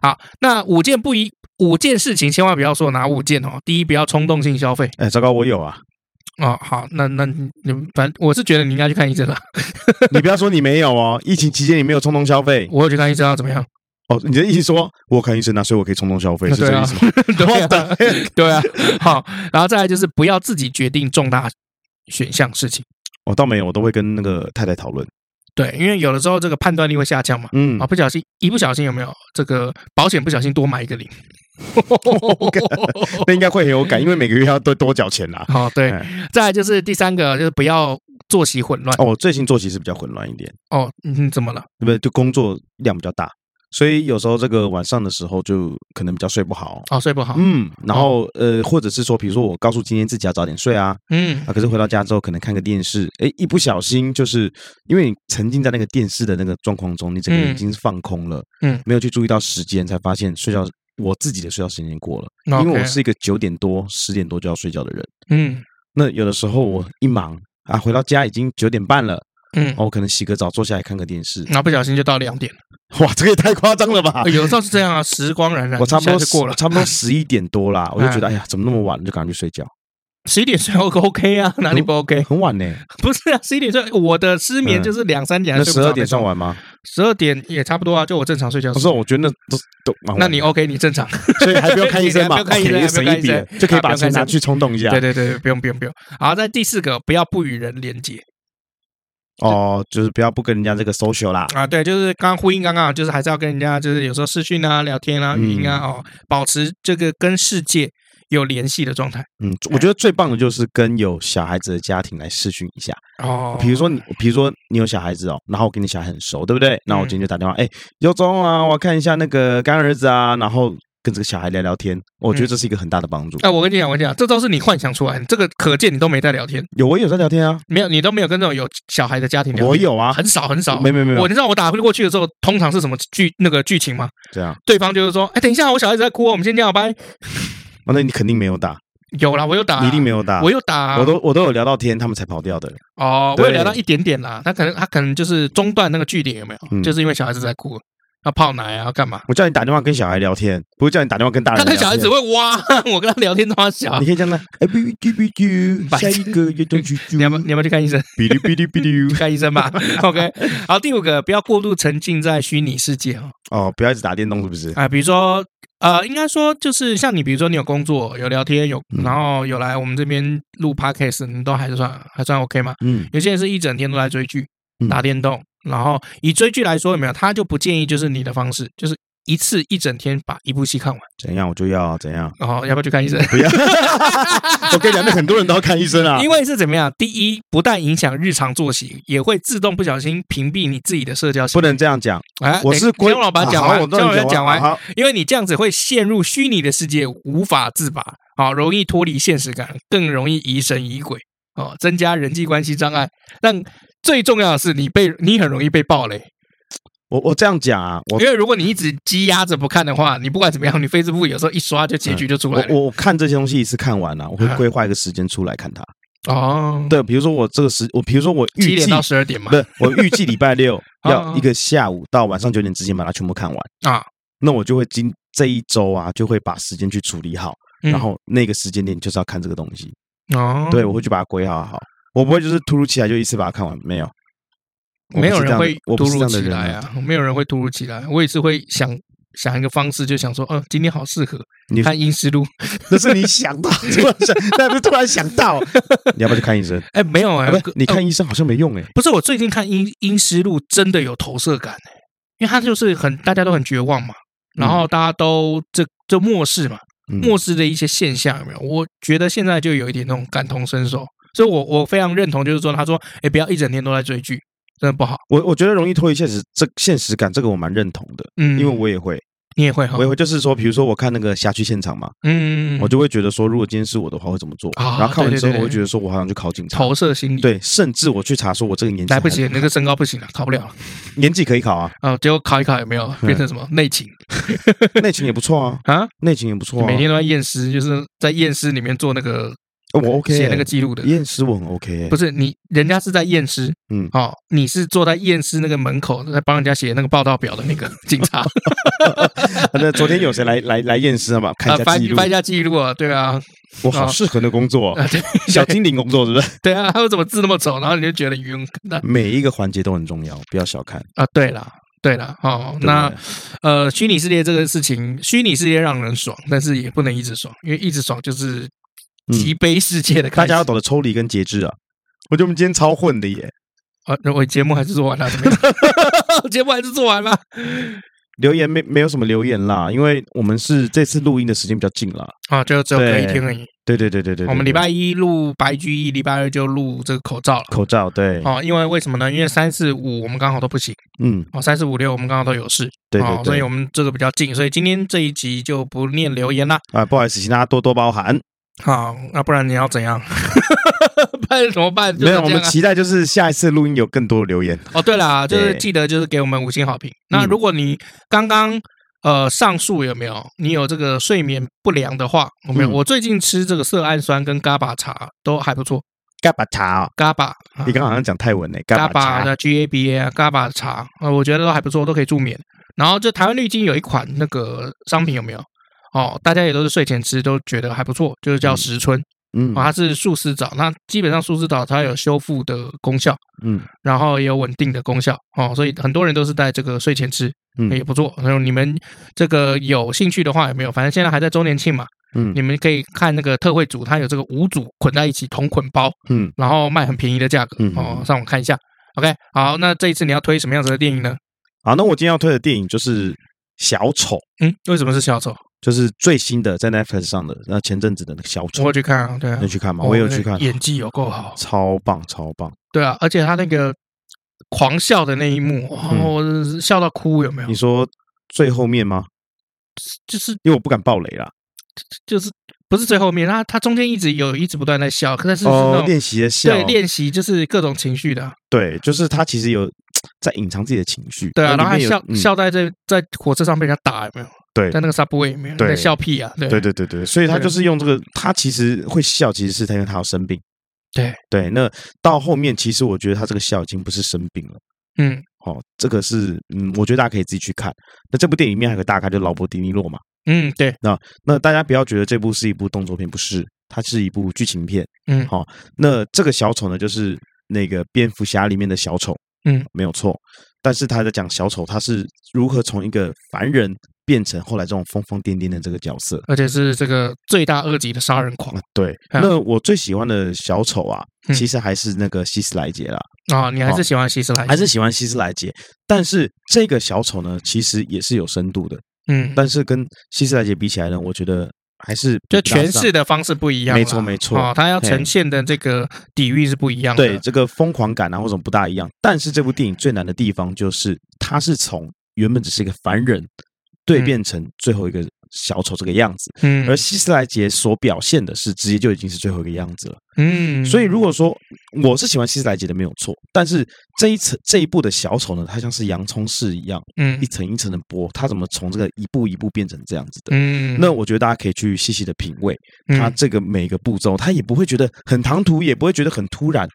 S1: 好，那五件不一五件事情，千万不要说哪五件哦。第一，不要冲动性消费
S2: 哎，糟糕，我有啊！
S1: 哦。好，那那你你反正我是觉得你应该去看医生了。
S2: 你不要说你没有哦， 疫情期间你没有冲动消费
S1: 我有去看医生啊，怎么样？
S2: 哦。你的意思说，我有看医生啊，所以我可以冲动消费，是这
S1: 对
S2: 个
S1: 啊
S2: 意思吗？
S1: 对
S2: What the
S1: 啊， 对啊。好，然后再来就是不要自己决定重大选项事情。
S2: 我哦倒没有，我都会跟那个太太讨论。
S1: 对，因为有的时候这个判断力会下降嘛。
S2: 嗯
S1: 啊，，不小心一不小心有没有这个保险不小心多买一个零？
S2: 那应该会很有感，因为每个月要多多缴钱 啦。
S1: 好，哦对
S2: 哎。
S1: 再来就是第三个，就是不要作息混乱。
S2: 哦，我最近作息是比较混乱一点，
S1: 哦，嗯，怎么了？
S2: 对不对？就工作量比较大，所以有时候这个晚上的时候就可能比较睡不好。
S1: 哦，睡不好。
S2: 嗯，然后呃，或者是说，比如说我告诉今天自己要早点睡啊，
S1: 嗯
S2: 啊，可是回到家之后可能看个电视，哎，一不小心就是因为你沉浸在那个电视的那个状况中，你整个人
S1: 嗯
S2: 已经是放空了，
S1: 嗯
S2: 没有去注意到时间，才发现睡觉我自己的睡觉时间已经过了，因为
S1: OK
S2: 我是一个九点多、十点多就要睡觉的人，
S1: 嗯
S2: 那有的时候我一忙啊，回到家已经九点半了，
S1: 嗯，
S2: 哦，我啊可能洗个澡坐下来看个电视，
S1: 然后不小心就到两点了。
S2: 哇，这个也太夸张了吧
S1: 呃！有的时候是这样啊，时光荏苒，
S2: 我差不多，
S1: 一下就过了嗯
S2: 差不 多十一点多啦，我就觉得哎呀，怎么那么晚，就赶快去睡觉，
S1: 十一点睡 OK OK 啊，哪里不 OK？
S2: 很晚呢、
S1: 不是啊，十一点睡，我的失眠
S2: 嗯
S1: 就是两三点，啊
S2: 那十二点算，晚吗？
S1: 十二点也差不多啊，就我正常睡觉
S2: 不
S1: 时
S2: 是，
S1: 间。
S2: 我觉得那都都蛮晚
S1: 那你 OK，你正常。
S2: 所以还不用看医生嘛，
S1: 还不用 看医生还
S2: OK，
S1: 不用
S2: 省
S1: 看
S2: 一
S1: 医
S2: 笔
S1: 生
S2: 了， 就可以
S1: 还
S2: 把
S1: 不用看
S2: 钱
S1: 医生
S2: 拿去冲动一下。
S1: 对对对，不用不用不用。好，在第四个，不要不与人连接
S2: 哦，就是不要不跟人家这个 social 啦。
S1: 啊。对，就是刚刚呼应刚刚，就是还是要跟人家，就是有时候视讯啊、聊天啊、语音啊，
S2: 嗯
S1: 哦，保持这个跟世界有联系的状态。
S2: 嗯，我觉得最棒的就是跟有小孩子的家庭来试训一下。
S1: 哦，
S2: 比如说你，比如说你有小孩子哦，然后我跟你小孩很熟，对不
S1: 嗯
S2: 对？那我今天就打电话，哎，尤忠啊，我要看一下那个干儿子啊，然后跟这个小孩聊聊天，我觉得这是一个很大的帮助。
S1: 哎、嗯我跟你讲，我跟你讲，这都是你幻想出来的。这个可见你都没在聊天，
S2: 有，我也有在聊天啊，
S1: 没有，你都没有跟那种有小孩的家庭聊天。
S2: 我有啊，
S1: 很少很少。
S2: 没没没没
S1: 我你知道我打过去的时候，通常是什么剧那个剧情吗？
S2: 这样。
S1: 对方就是说，哎，等一下，我小孩子在哭哦，我们先这样，拜。
S2: 哦那你肯定没有打，
S1: 有啦，我有打，
S2: 你一定没有打
S1: 啊我。有打，
S2: 我都我都有聊到天，他们才跑掉的。
S1: 哦，我有
S2: 对
S1: 聊到一点点啦。他可能他可能就是中断那个据点有没有？
S2: 嗯
S1: 就是因为小孩子在哭，要泡奶啊，要干嘛？
S2: 我叫你打电话跟小孩聊天，不是叫你打电话跟大
S1: 他
S2: 人聊天。
S1: 的小孩子会哇， 我跟他聊天都要小
S2: 你。可以这样的，哎哔哔哔
S1: 白
S2: 哔，下
S1: 痴
S2: 一个运动去 啾，
S1: 你要不要你要不要去看医生？
S2: 哔哩哔哩哔哩
S1: 看医生 吧。OK，好，第五个，不要过度沉浸在虚拟世界哦。
S2: 哦，不要一直打电动是不是？
S1: 啊，比如说呃，应该说就是像你，比如说你有工作、有聊天、有
S2: 嗯
S1: 然后有来我们这边录 podcast，你都还是算还算 OK 嘛？
S2: 嗯
S1: 有些人是一整天都在追剧
S2: 嗯、
S1: 打电动，然后以追剧来说，有没有？他就不建议就是你的方式，就是一次一整天把一部戏看完，
S2: 怎样我就要怎样，
S1: 然后要不要去看医 生？
S2: 不要。我跟你讲，那很多人都要看医生啊，
S1: 因为是怎么样？第一，不但影响日常作息，也会自动不小心屏蔽你自己的社交
S2: 不
S1: 行为。
S2: 能这样讲。
S1: 哎，
S2: 我
S1: 等
S2: 是规
S1: 先让我把它讲
S2: 好
S1: 完，
S2: 我
S1: 先让
S2: 让
S1: 我
S2: 你
S1: 把它讲完。
S2: 好，
S1: 因为你这样子会陷入虚拟的世界，无法自拔啊，容易脱离现实感，更容易疑神疑鬼哦，增加人际关系障碍。但最重要的是，你被你很容易被暴雷，
S2: 我我这样讲啊，我
S1: 因为如果你一直积压着不看的话，你不管怎么样，你 Facebook 有时候一刷就结局就出来
S2: 我
S1: 了。
S2: 我我看这些东西一次看完了、啊我会
S1: 嗯
S2: 规划一个时间出来看它。
S1: 哦，
S2: 对，比如说我这个时，我比如说我
S1: 七
S2: 预
S1: 点
S2: 计
S1: 到十二点嘛
S2: 不，是，我预计礼拜六
S1: 啊
S2: 要一个下午到晚上九点之前把它全部看完
S1: 啊。
S2: 那我就会今这一周啊，就会把时间去处理好，
S1: 嗯
S2: 然后那个时间点就是要看这个东西。
S1: 哦，
S2: 对，我会去把它规划好，我不会就是突如其来就一次把它看完，没有。我不
S1: 没有
S2: 是这
S1: 人
S2: 样的
S1: 会
S2: 我
S1: 突
S2: 不是这
S1: 如
S2: 样
S1: 其
S2: 的人
S1: 来。啊，没有人会突如其来。我也是会想想一个方式，就想说，嗯、今天好适合
S2: 你
S1: 看《阴尸路》。
S2: 那是你想到， 突然想，那不是突然想到，你要不要去看医生？
S1: 哎，没有哎、
S2: 啊，不是，你
S1: 呃
S2: 看医生好像没用哎、
S1: 不是我最近看《阴阴尸路》真的有投射感、欸、因为他就是很大家都很绝望嘛，然后大家都这这漠视嘛，
S2: 嗯
S1: 漠视的一些现象有没有？我觉得现在就有一点那种感同身受，所以我我非常认同，就是说他说，哎，不要一整天都在追剧，真的不好。
S2: 我我觉得容易脱离现实，这现实感这个我蛮认同的，
S1: 嗯，
S2: 因为我也会，
S1: 你也会哈
S2: 我，也会，就是说，比如说我看那个辖区现场嘛，
S1: 嗯，
S2: 我就会觉得说，如果今天是我的话，会怎么做？
S1: 啊
S2: 然后看完
S1: 对对
S2: 之后，
S1: 对
S2: 我会觉得说我好想去考警察，
S1: 投射心理，，
S2: 对，甚至我去查说我这个年纪
S1: 来不
S2: 还
S1: 及，那个身高不行了，考不了了
S2: 年纪可以考 啊，
S1: 啊，结果考一考有没有
S2: 嗯
S1: 变成什么内勤
S2: 内勤也不错啊，
S1: 啊？
S2: 内勤也不错啊，
S1: 每天都在验尸，就是在验尸里面做那个
S2: 哦我 OK，
S1: 写那个记录的，
S2: 验尸我很 OK，欸
S1: 不是你，人家是在验尸，
S2: 嗯
S1: 哦，你是坐在验尸那个门口，在帮人家写那个报道表的那个警 察，
S2: 啊那昨天有谁来来来验尸了嘛？看
S1: 啊，
S2: 一下
S1: 翻
S2: 记录
S1: 翻，一下记录啊，对啊，
S2: 我好适合那工作哦，
S1: 啊 对
S2: 小精灵工作是不是？
S1: 对啊，他们怎么字那么丑，然后你就觉得晕，那
S2: 每一个环节都很重要，不要小看。
S1: 嗯啊，对啦。对啦，哦，
S2: 对不
S1: 那
S2: 对
S1: 呃，虚拟世界这个事情，虚拟世界让人爽，但是也不能一直爽，因为一直爽就是
S2: 嗯
S1: 极悲世界的
S2: 大
S1: 开始。
S2: 家要懂得抽离跟节制啊。我觉得我们今天超混的耶！
S1: 啊，那我节目还是做完了，怎么样？ 节目还是做完了。
S2: 留言没没有什么留言啦，因为我们是这次录音的时间比较近啦。
S1: 啊，就只有隔一
S2: 对
S1: 天而已。
S2: 对对对对对，对
S1: 我们
S2: 对
S1: 礼拜一录白居易，礼拜二就录这个口罩了。
S2: 口罩对，
S1: 哦，因为为什么呢？因为三四五我们刚好都不行，
S2: 嗯，
S1: 哦，三四五六我们刚好都有事，
S2: 对
S1: 哦
S2: 对，
S1: 所以
S2: 对
S1: 我们这个比较近，所以今天这一集就不念留言啦。
S2: 啊，不好意思，请大家多多包涵。
S1: 好，那不然你要怎样？不然怎么 办？就
S2: 没
S1: 是
S2: 有，我
S1: 这
S2: 们
S1: 样啊
S2: 期待就是下一次录音有更多的留言。
S1: 哦，对啦，就是
S2: 对
S1: 记得就是给我们五星好评。那
S2: 嗯
S1: 如果你刚刚呃上述有没有你有这个睡眠不良的话，有没有？
S2: 嗯
S1: 我最近吃这个色氨酸跟伽巴茶都还不错，
S2: 嘎巴茶哦，
S1: 伽巴。啊
S2: 你刚刚好像讲泰文呢，嘎
S1: 嘎
S2: 巴
S1: 巴
S2: 茶
S1: 的 GABA 啊，嘎巴的茶，呃，我觉得都还不错，都可以助眠。然后就台湾绿金有一款那个商品有没有？哦，大家也都是睡前吃，都觉得还不错，就是叫石春、
S2: 嗯
S1: 哦，它是树丝藻，那基本上树丝藻它有修复的功效，
S2: 嗯，
S1: 然后也有稳定的功效哦，所以很多人都是在这个睡前吃，
S2: 嗯
S1: 也不错。然后你们这个有兴趣的话有没有？反正现在还在周年庆嘛，
S2: 嗯
S1: 你们可以看那个特惠组，它有这个五组捆在一起同捆包，
S2: 嗯，
S1: 然后卖很便宜的价格，
S2: 嗯
S1: 哦，上网看一下。OK，好，那这一次你要推什么样子的电影呢？
S2: 好，那我今天要推的电影就是《小丑》，
S1: 嗯，为什么是小丑？
S2: 就是最新的在 Netflix 上的，那前阵子的那个《小
S1: 我
S2: 丑
S1: 会》，去看啊，对啊
S2: 你有，去看吗？我也有去看啊
S1: 哦那，演技有够好，
S2: 超棒超棒。
S1: 对啊，而且他那个狂笑的那一幕，
S2: 嗯
S1: 哦，我笑到哭，有没有
S2: 你？说最后面吗？
S1: 就是
S2: 因为我不敢爆雷啦。
S1: 就是不是最后面，他他中间一直有一直不断在笑，可是是
S2: 哦
S1: 那，种
S2: 练习的笑
S1: 对，练习就是各种情绪的啊，
S2: 对，就是他其实有在隐藏自己的情绪。
S1: 对啊，然
S2: 那
S1: 后
S2: 哦里
S1: 还
S2: 面有嗯
S1: 笑，笑在这在火车上被人家打，有没有？
S2: 对
S1: 在那个 subway 有没有？
S2: 对
S1: 在笑屁啊，对
S2: 嗯对对对对，所以他
S1: 对
S2: 就是用这个，他其实会笑，其实是他因为他有生病。
S1: 对，
S2: 对，那到后面其实我觉得他这个笑已经不是生病了。
S1: 嗯
S2: 哦，这个是嗯，我觉得大家可以自己去看。那这部电影里面还有个大咖，就是劳勃·迪尼洛嘛。
S1: 嗯，对，
S2: 那大家不要觉得这部是一部动作片，不是，它是一部剧情片。
S1: 嗯
S2: 好、那这个小丑呢，就是那个蝙蝠侠里面的小丑，
S1: 嗯，
S2: 没有错。但是他在讲小丑，他是如何从一个凡人变成后来这种疯疯癫癫的这个角色。
S1: 而且是这个罪大恶极的杀人狂
S2: 啊，对，
S1: 嗯
S2: 那我最喜欢的小丑啊，
S1: 嗯
S2: 其实还是那个希斯莱杰啦，
S1: 啊！你还是喜欢希斯莱？
S2: 嗯哦还是喜欢希斯莱杰。但是这个小丑呢，其实也是有深度的，
S1: 嗯，
S2: 但是跟希斯莱杰比起来呢，我觉得还是
S1: 就
S2: 比不大
S1: 诠
S2: 上
S1: 释的方式不一样啦，
S2: 没错没错
S1: 哦，他要
S2: 嘿
S1: 呈现的这个底蕴是不一样的。
S2: 对这个疯狂感啊，或者不大一样。但是这部电影最难的地方就是，它是从原本只是一个凡人，蜕
S1: 嗯
S2: 变成最后一个小丑这个样子。
S1: 嗯
S2: 而希斯莱杰所表现的是，直接就已经是最后一个样子了。
S1: 嗯，
S2: 所以，如果说我是喜欢希斯莱杰的，没有错。但是这一层这一部的小丑呢，他像是洋葱丝一样，
S1: 嗯
S2: 一层一层的剥，他怎么从这个一步一步变成这样子的？
S1: 嗯，
S2: 那我觉得大家可以去细细的品味他
S1: 嗯
S2: 这个每个步骤，他也不会觉得很唐突，也不会觉得很突然，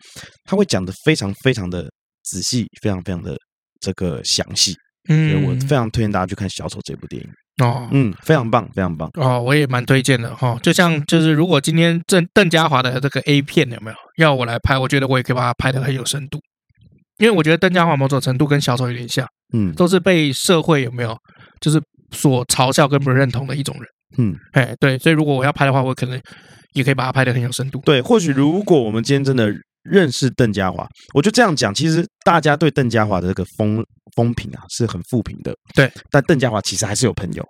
S2: 他会讲的非常非常的仔细，非常非常的这个详细。所以
S1: 嗯，
S2: 我非常推荐大家去看《小丑》这部电影，
S1: 哦
S2: 嗯，非常棒，非常棒。
S1: 哦，我也蛮推荐的哈、哦。就像就是，如果今天邓邓家华的这个 A 片有没有要我来拍，我觉得我也可以把它拍的很有深度，因为我觉得邓家华某种程度跟小丑有点像，
S2: 嗯，
S1: 都是被社会有没有就是所嘲笑跟不认同的一种人。
S2: 嗯，
S1: 哎，对，所以如果我要拍的话，我可能也可以把它拍的很有深度。
S2: 对，或许如果我们今天真的认识邓家华，我就这样讲，其实大家对邓家华的这个风风评啊是很负评的，
S1: 对。
S2: 但邓家华其实还是有朋友，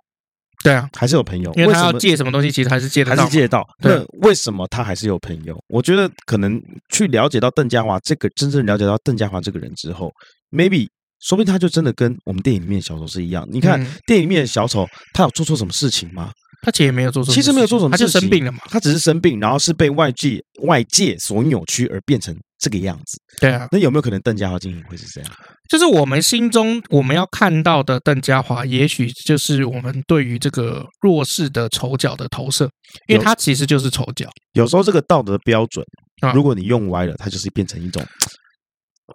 S1: 对啊，
S2: 还是有朋友，
S1: 因为他
S2: 什
S1: 要
S2: 么
S1: 借什么东西，其实还是借得
S2: 还
S1: 到
S2: 是
S1: 嘛。
S2: 借得到。
S1: 对
S2: 那为什么他还是有朋友？我觉得可能去了解到邓家华这个真正了解到邓家华这个人之后，maybe 说不定他就真的跟我们电影里面的小丑是一样。你看、
S1: 嗯
S2: 电影里面的小丑，他有做错什么事情吗？
S1: 他其实也没有做什么事情，
S2: 其实没有做什么
S1: 他就
S2: 事情
S1: 生病了嘛。
S2: 他只是生病，然后是被外界外界所扭曲而变成这个样子。
S1: 对啊，
S2: 那有没有可能邓家华今天也会是这样？
S1: 就是我们心中我们要看到的邓家华，也许就是我们对于这个弱势的丑角的投射，因为他其实就是丑角。
S2: 有时候这个道德标准
S1: 啊，
S2: 如果你用歪了，它就是变成一种。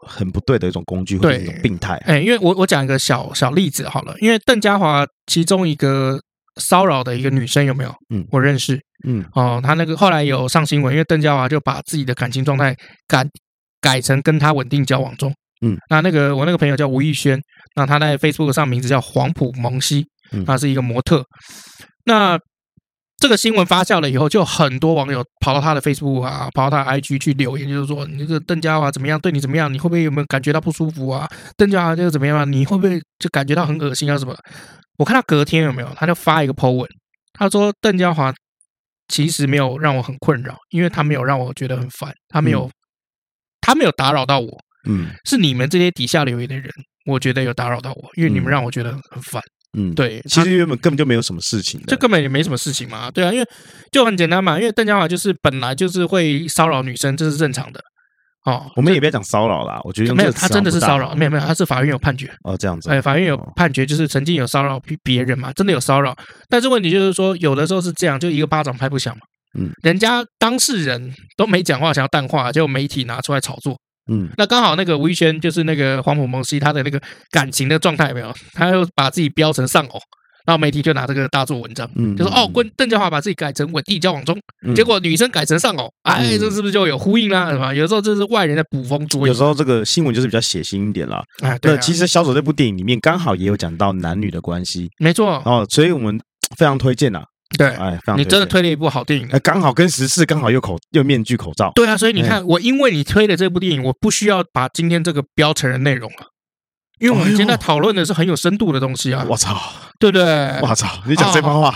S2: 很不对的一种工具，或者
S1: 对
S2: 一种病态。
S1: 哎，因为我我讲一个小小例子好了，因为邓家华其中一个骚扰的一个女生有没有？
S2: 嗯
S1: 我认识
S2: 嗯，
S1: 哦，她那个后来有上新闻，因为邓家华就把自己的感情状态改改成跟她稳定交往中。
S2: 嗯，
S1: 那那个我那个朋友叫吴艺轩，那他在 Facebook 上名字叫黄埔蒙西，
S2: 嗯
S1: 他是一个模特。那这个新闻发酵了以后，就很多网友跑到他的 Facebook 啊，跑到他的 IG 去留言，就是说你这个邓家华怎么样，对你怎么样，你会不会有没有感觉到不舒服啊？邓家华这个怎么样啊？你会不会就感觉到很恶心啊什么的？我看他隔天有没有，他就发一个 po 文，他说邓家华其实没有让我很困扰，因为他没有让我觉得很烦，他没有、他没有打扰到我，
S2: 嗯
S1: 是你们这些底下留言的人，我觉得有打扰到我，因为你们
S2: 嗯
S1: 让我觉得很很烦。
S2: 嗯，
S1: 对，
S2: 其实原本根本就没有什么事情的。
S1: 这根本也没什么事情嘛，对啊，因为就很简单嘛，因为邓家华就是本来就是会骚扰女生，这是正常的哦。
S2: 我们也不要讲骚扰啦，我觉得用
S1: 没有，
S2: 这个
S1: 他
S2: 词
S1: 真的
S2: 好
S1: 是
S2: 像不大
S1: 骚扰，没有没有，他是法院有判决，
S2: 哦，这样子，
S1: 哎，法院有
S2: 哦
S1: 判决，就是曾经有骚扰别别人嘛，真的有骚扰，但是问题就是说，有的时候是这样，就一个巴掌拍不响嘛，
S2: 嗯，
S1: 人家当事人都没讲话，想要淡化，结果媒体拿出来炒作，
S2: 嗯
S1: 那刚好那个吴宇轩就是那个黄埔蒙西，他的那个感情的状态有没有，他又把自己标成丧偶，然后媒体就拿这个大做文章。
S2: 嗯，
S1: 就说哦，
S2: 棍，
S1: 跟邓家华把自己改成稳定交往中，
S2: 嗯
S1: 结果女生改成丧偶，哎，
S2: 嗯
S1: 这是不是就有呼应啦？什么？有时候这是外人在捕风捉
S2: 有
S1: 影
S2: 时候这个新闻就是比较血腥一点啦。
S1: 哎，对
S2: 那
S1: 啊，
S2: 其实《小丑》这部电影里面刚好也有讲到男女的关系
S1: 没错，
S2: 哦，所以我们非常推荐啦，
S1: 对
S2: 哎，非常
S1: 你真的
S2: 推
S1: 推了一部好电影
S2: 荐，。哎，刚好跟时事刚好又口又面具口罩，
S1: 对啊，所以你
S2: 哎
S1: 看，我因为你推的这部电影，我不需要把今天这个标成人内容了，因为
S2: 哎
S1: 我们今天在讨论的是很有深度的东西啊，哎哦
S2: 我操，
S1: 对不对？
S2: 我操，你讲这番话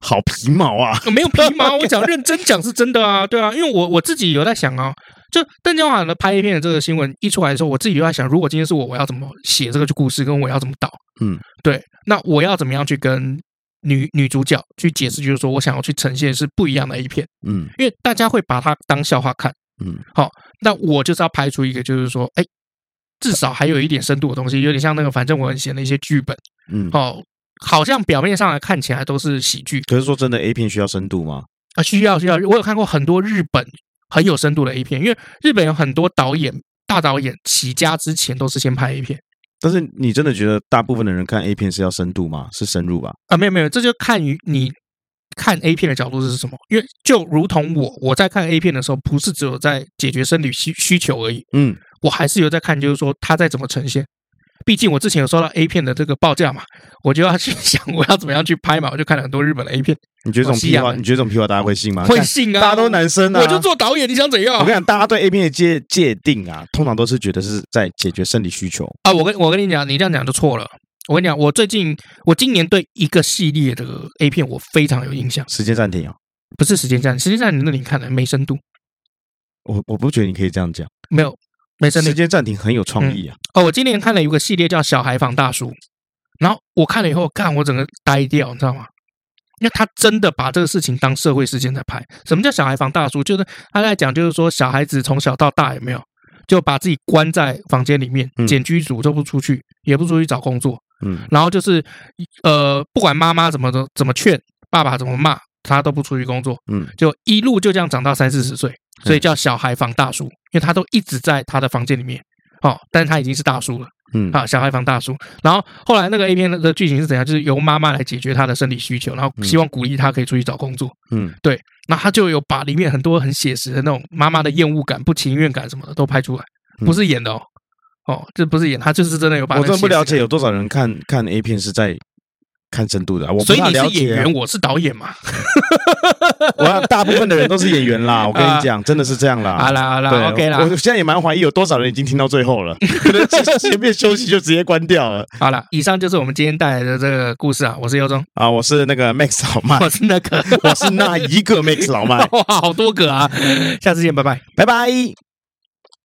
S2: 好皮毛 啊，
S1: 没 有皮毛，我讲认真讲是真的啊，对啊，因为我我自己有在想啊，就邓家华的拍片的这个新闻一出来的时候，我自己就在想，如果今天是我，我要怎么写这个故事，跟我要怎么导，
S2: 嗯，
S1: 对，那我要怎么样去跟女女主角去解释，就是说我想要去呈现是不一样的 A 片，
S2: 嗯
S1: 因为大家会把它当笑话看，
S2: 嗯，
S1: 好，那我就是要拍出一个，就是说，哎，至少还有一点深度的东西，有点像那个反正我很闲的一些剧本，
S2: 嗯。
S1: 哦，好像表面上来看起来都是喜剧，
S2: 可是说真的，A 片需要深度吗？
S1: 啊，需要需要。我有看过很多日本很有深度的 A 片，因为日本有很多导演大导演起家之前都是先拍 A 片
S2: 但是你真的觉得大部分的人看 A 片是要深度吗？是深入吧？
S1: 啊，没有没有，这就看于你看 A 片的角度是什么。因为就如同我我在看 A 片的时候，不是只有在解决生理需需求而已，
S2: 嗯，
S1: 我还是有在看，就是说它在怎么呈现。毕竟我之前有收到 A 片的这个报价嘛，我就要去 想我要怎么样去拍嘛，我就看了很多日本的 A 片，
S2: 你觉得这种
S1: 哦西
S2: 屁
S1: 洋
S2: 话，
S1: 的
S2: 你觉得这种屁话大家会信吗？
S1: 会
S2: 看
S1: 信啊，
S2: 大家都男生啊，
S1: 我就。做啊导演，你想怎样
S2: 我跟你讲，大家对 A 片的界界定啊，通常都是觉得是在解决生理需求。
S1: 啊？我跟我跟你讲，你这样讲就错了。我跟你讲，我最近我今年对一个系列的 A 片我非常有印象，
S2: 时间暂停啊，
S1: 不是时间站，时间站你那里看的没深度，
S2: 我我不觉得你可以这样讲。
S1: 没有没深度
S2: 时。间暂停很有创意啊，
S1: 哦，我今年看了有个系列叫《小孩房大叔》，然后我看了以后，看我整个呆掉，你知道吗？因为他真的把这个事情当社会事件在拍。什么叫小孩房大叔？就是他在讲，就是说小孩子从小到大有没有就把自己关在房间里面，
S2: 嗯
S1: 简居组都不出去，也不出去找工作，
S2: 嗯，
S1: 然后就是呃，不管妈妈怎么的怎么劝，爸爸怎么骂，他都不出去工作，
S2: 嗯，
S1: 就一路就这样长到三四十岁，所以叫小孩房大叔，因为他都一直在他的房间里面哦，但是他已经是大叔了
S2: 嗯，
S1: 啊，小孩房大叔。然后后来那个 A 片的剧情是怎样？就是由妈妈来解决他的生理需求，然后希望鼓励他可以出去找工作。
S2: 嗯，
S1: 那他就有把里面很多很写实的那种妈妈的厌恶感、不情愿感什么的都拍出来，
S2: 嗯
S1: 不是演的哦。哦，这不是演，他就是真的有把。
S2: 我真的不了解有多少人看看 A 片是在看深度的、啊，我不
S1: 所以
S2: 大
S1: 你
S2: 了
S1: 是
S2: 解
S1: 演
S2: 啊、
S1: 员，我是导演嘛？
S2: 我要大部分的人都是演 员啦，我跟你讲，真的是这样啦。
S1: 啊好啦好
S2: 啊对
S1: 啦，OK 啦
S2: 我，现在也蛮怀疑有多少人已经听到最后 了，可能前前面休息就直接关掉了
S1: 好啦，以上就是我们今天带来的这个故事啊。我是尤忠，
S2: 啊！我是那个 Max 老麦，
S1: 我是那个，
S2: 我是那一个 Max 老麦，
S1: 哇，好多个啊！下次见，拜拜。
S2: 拜拜。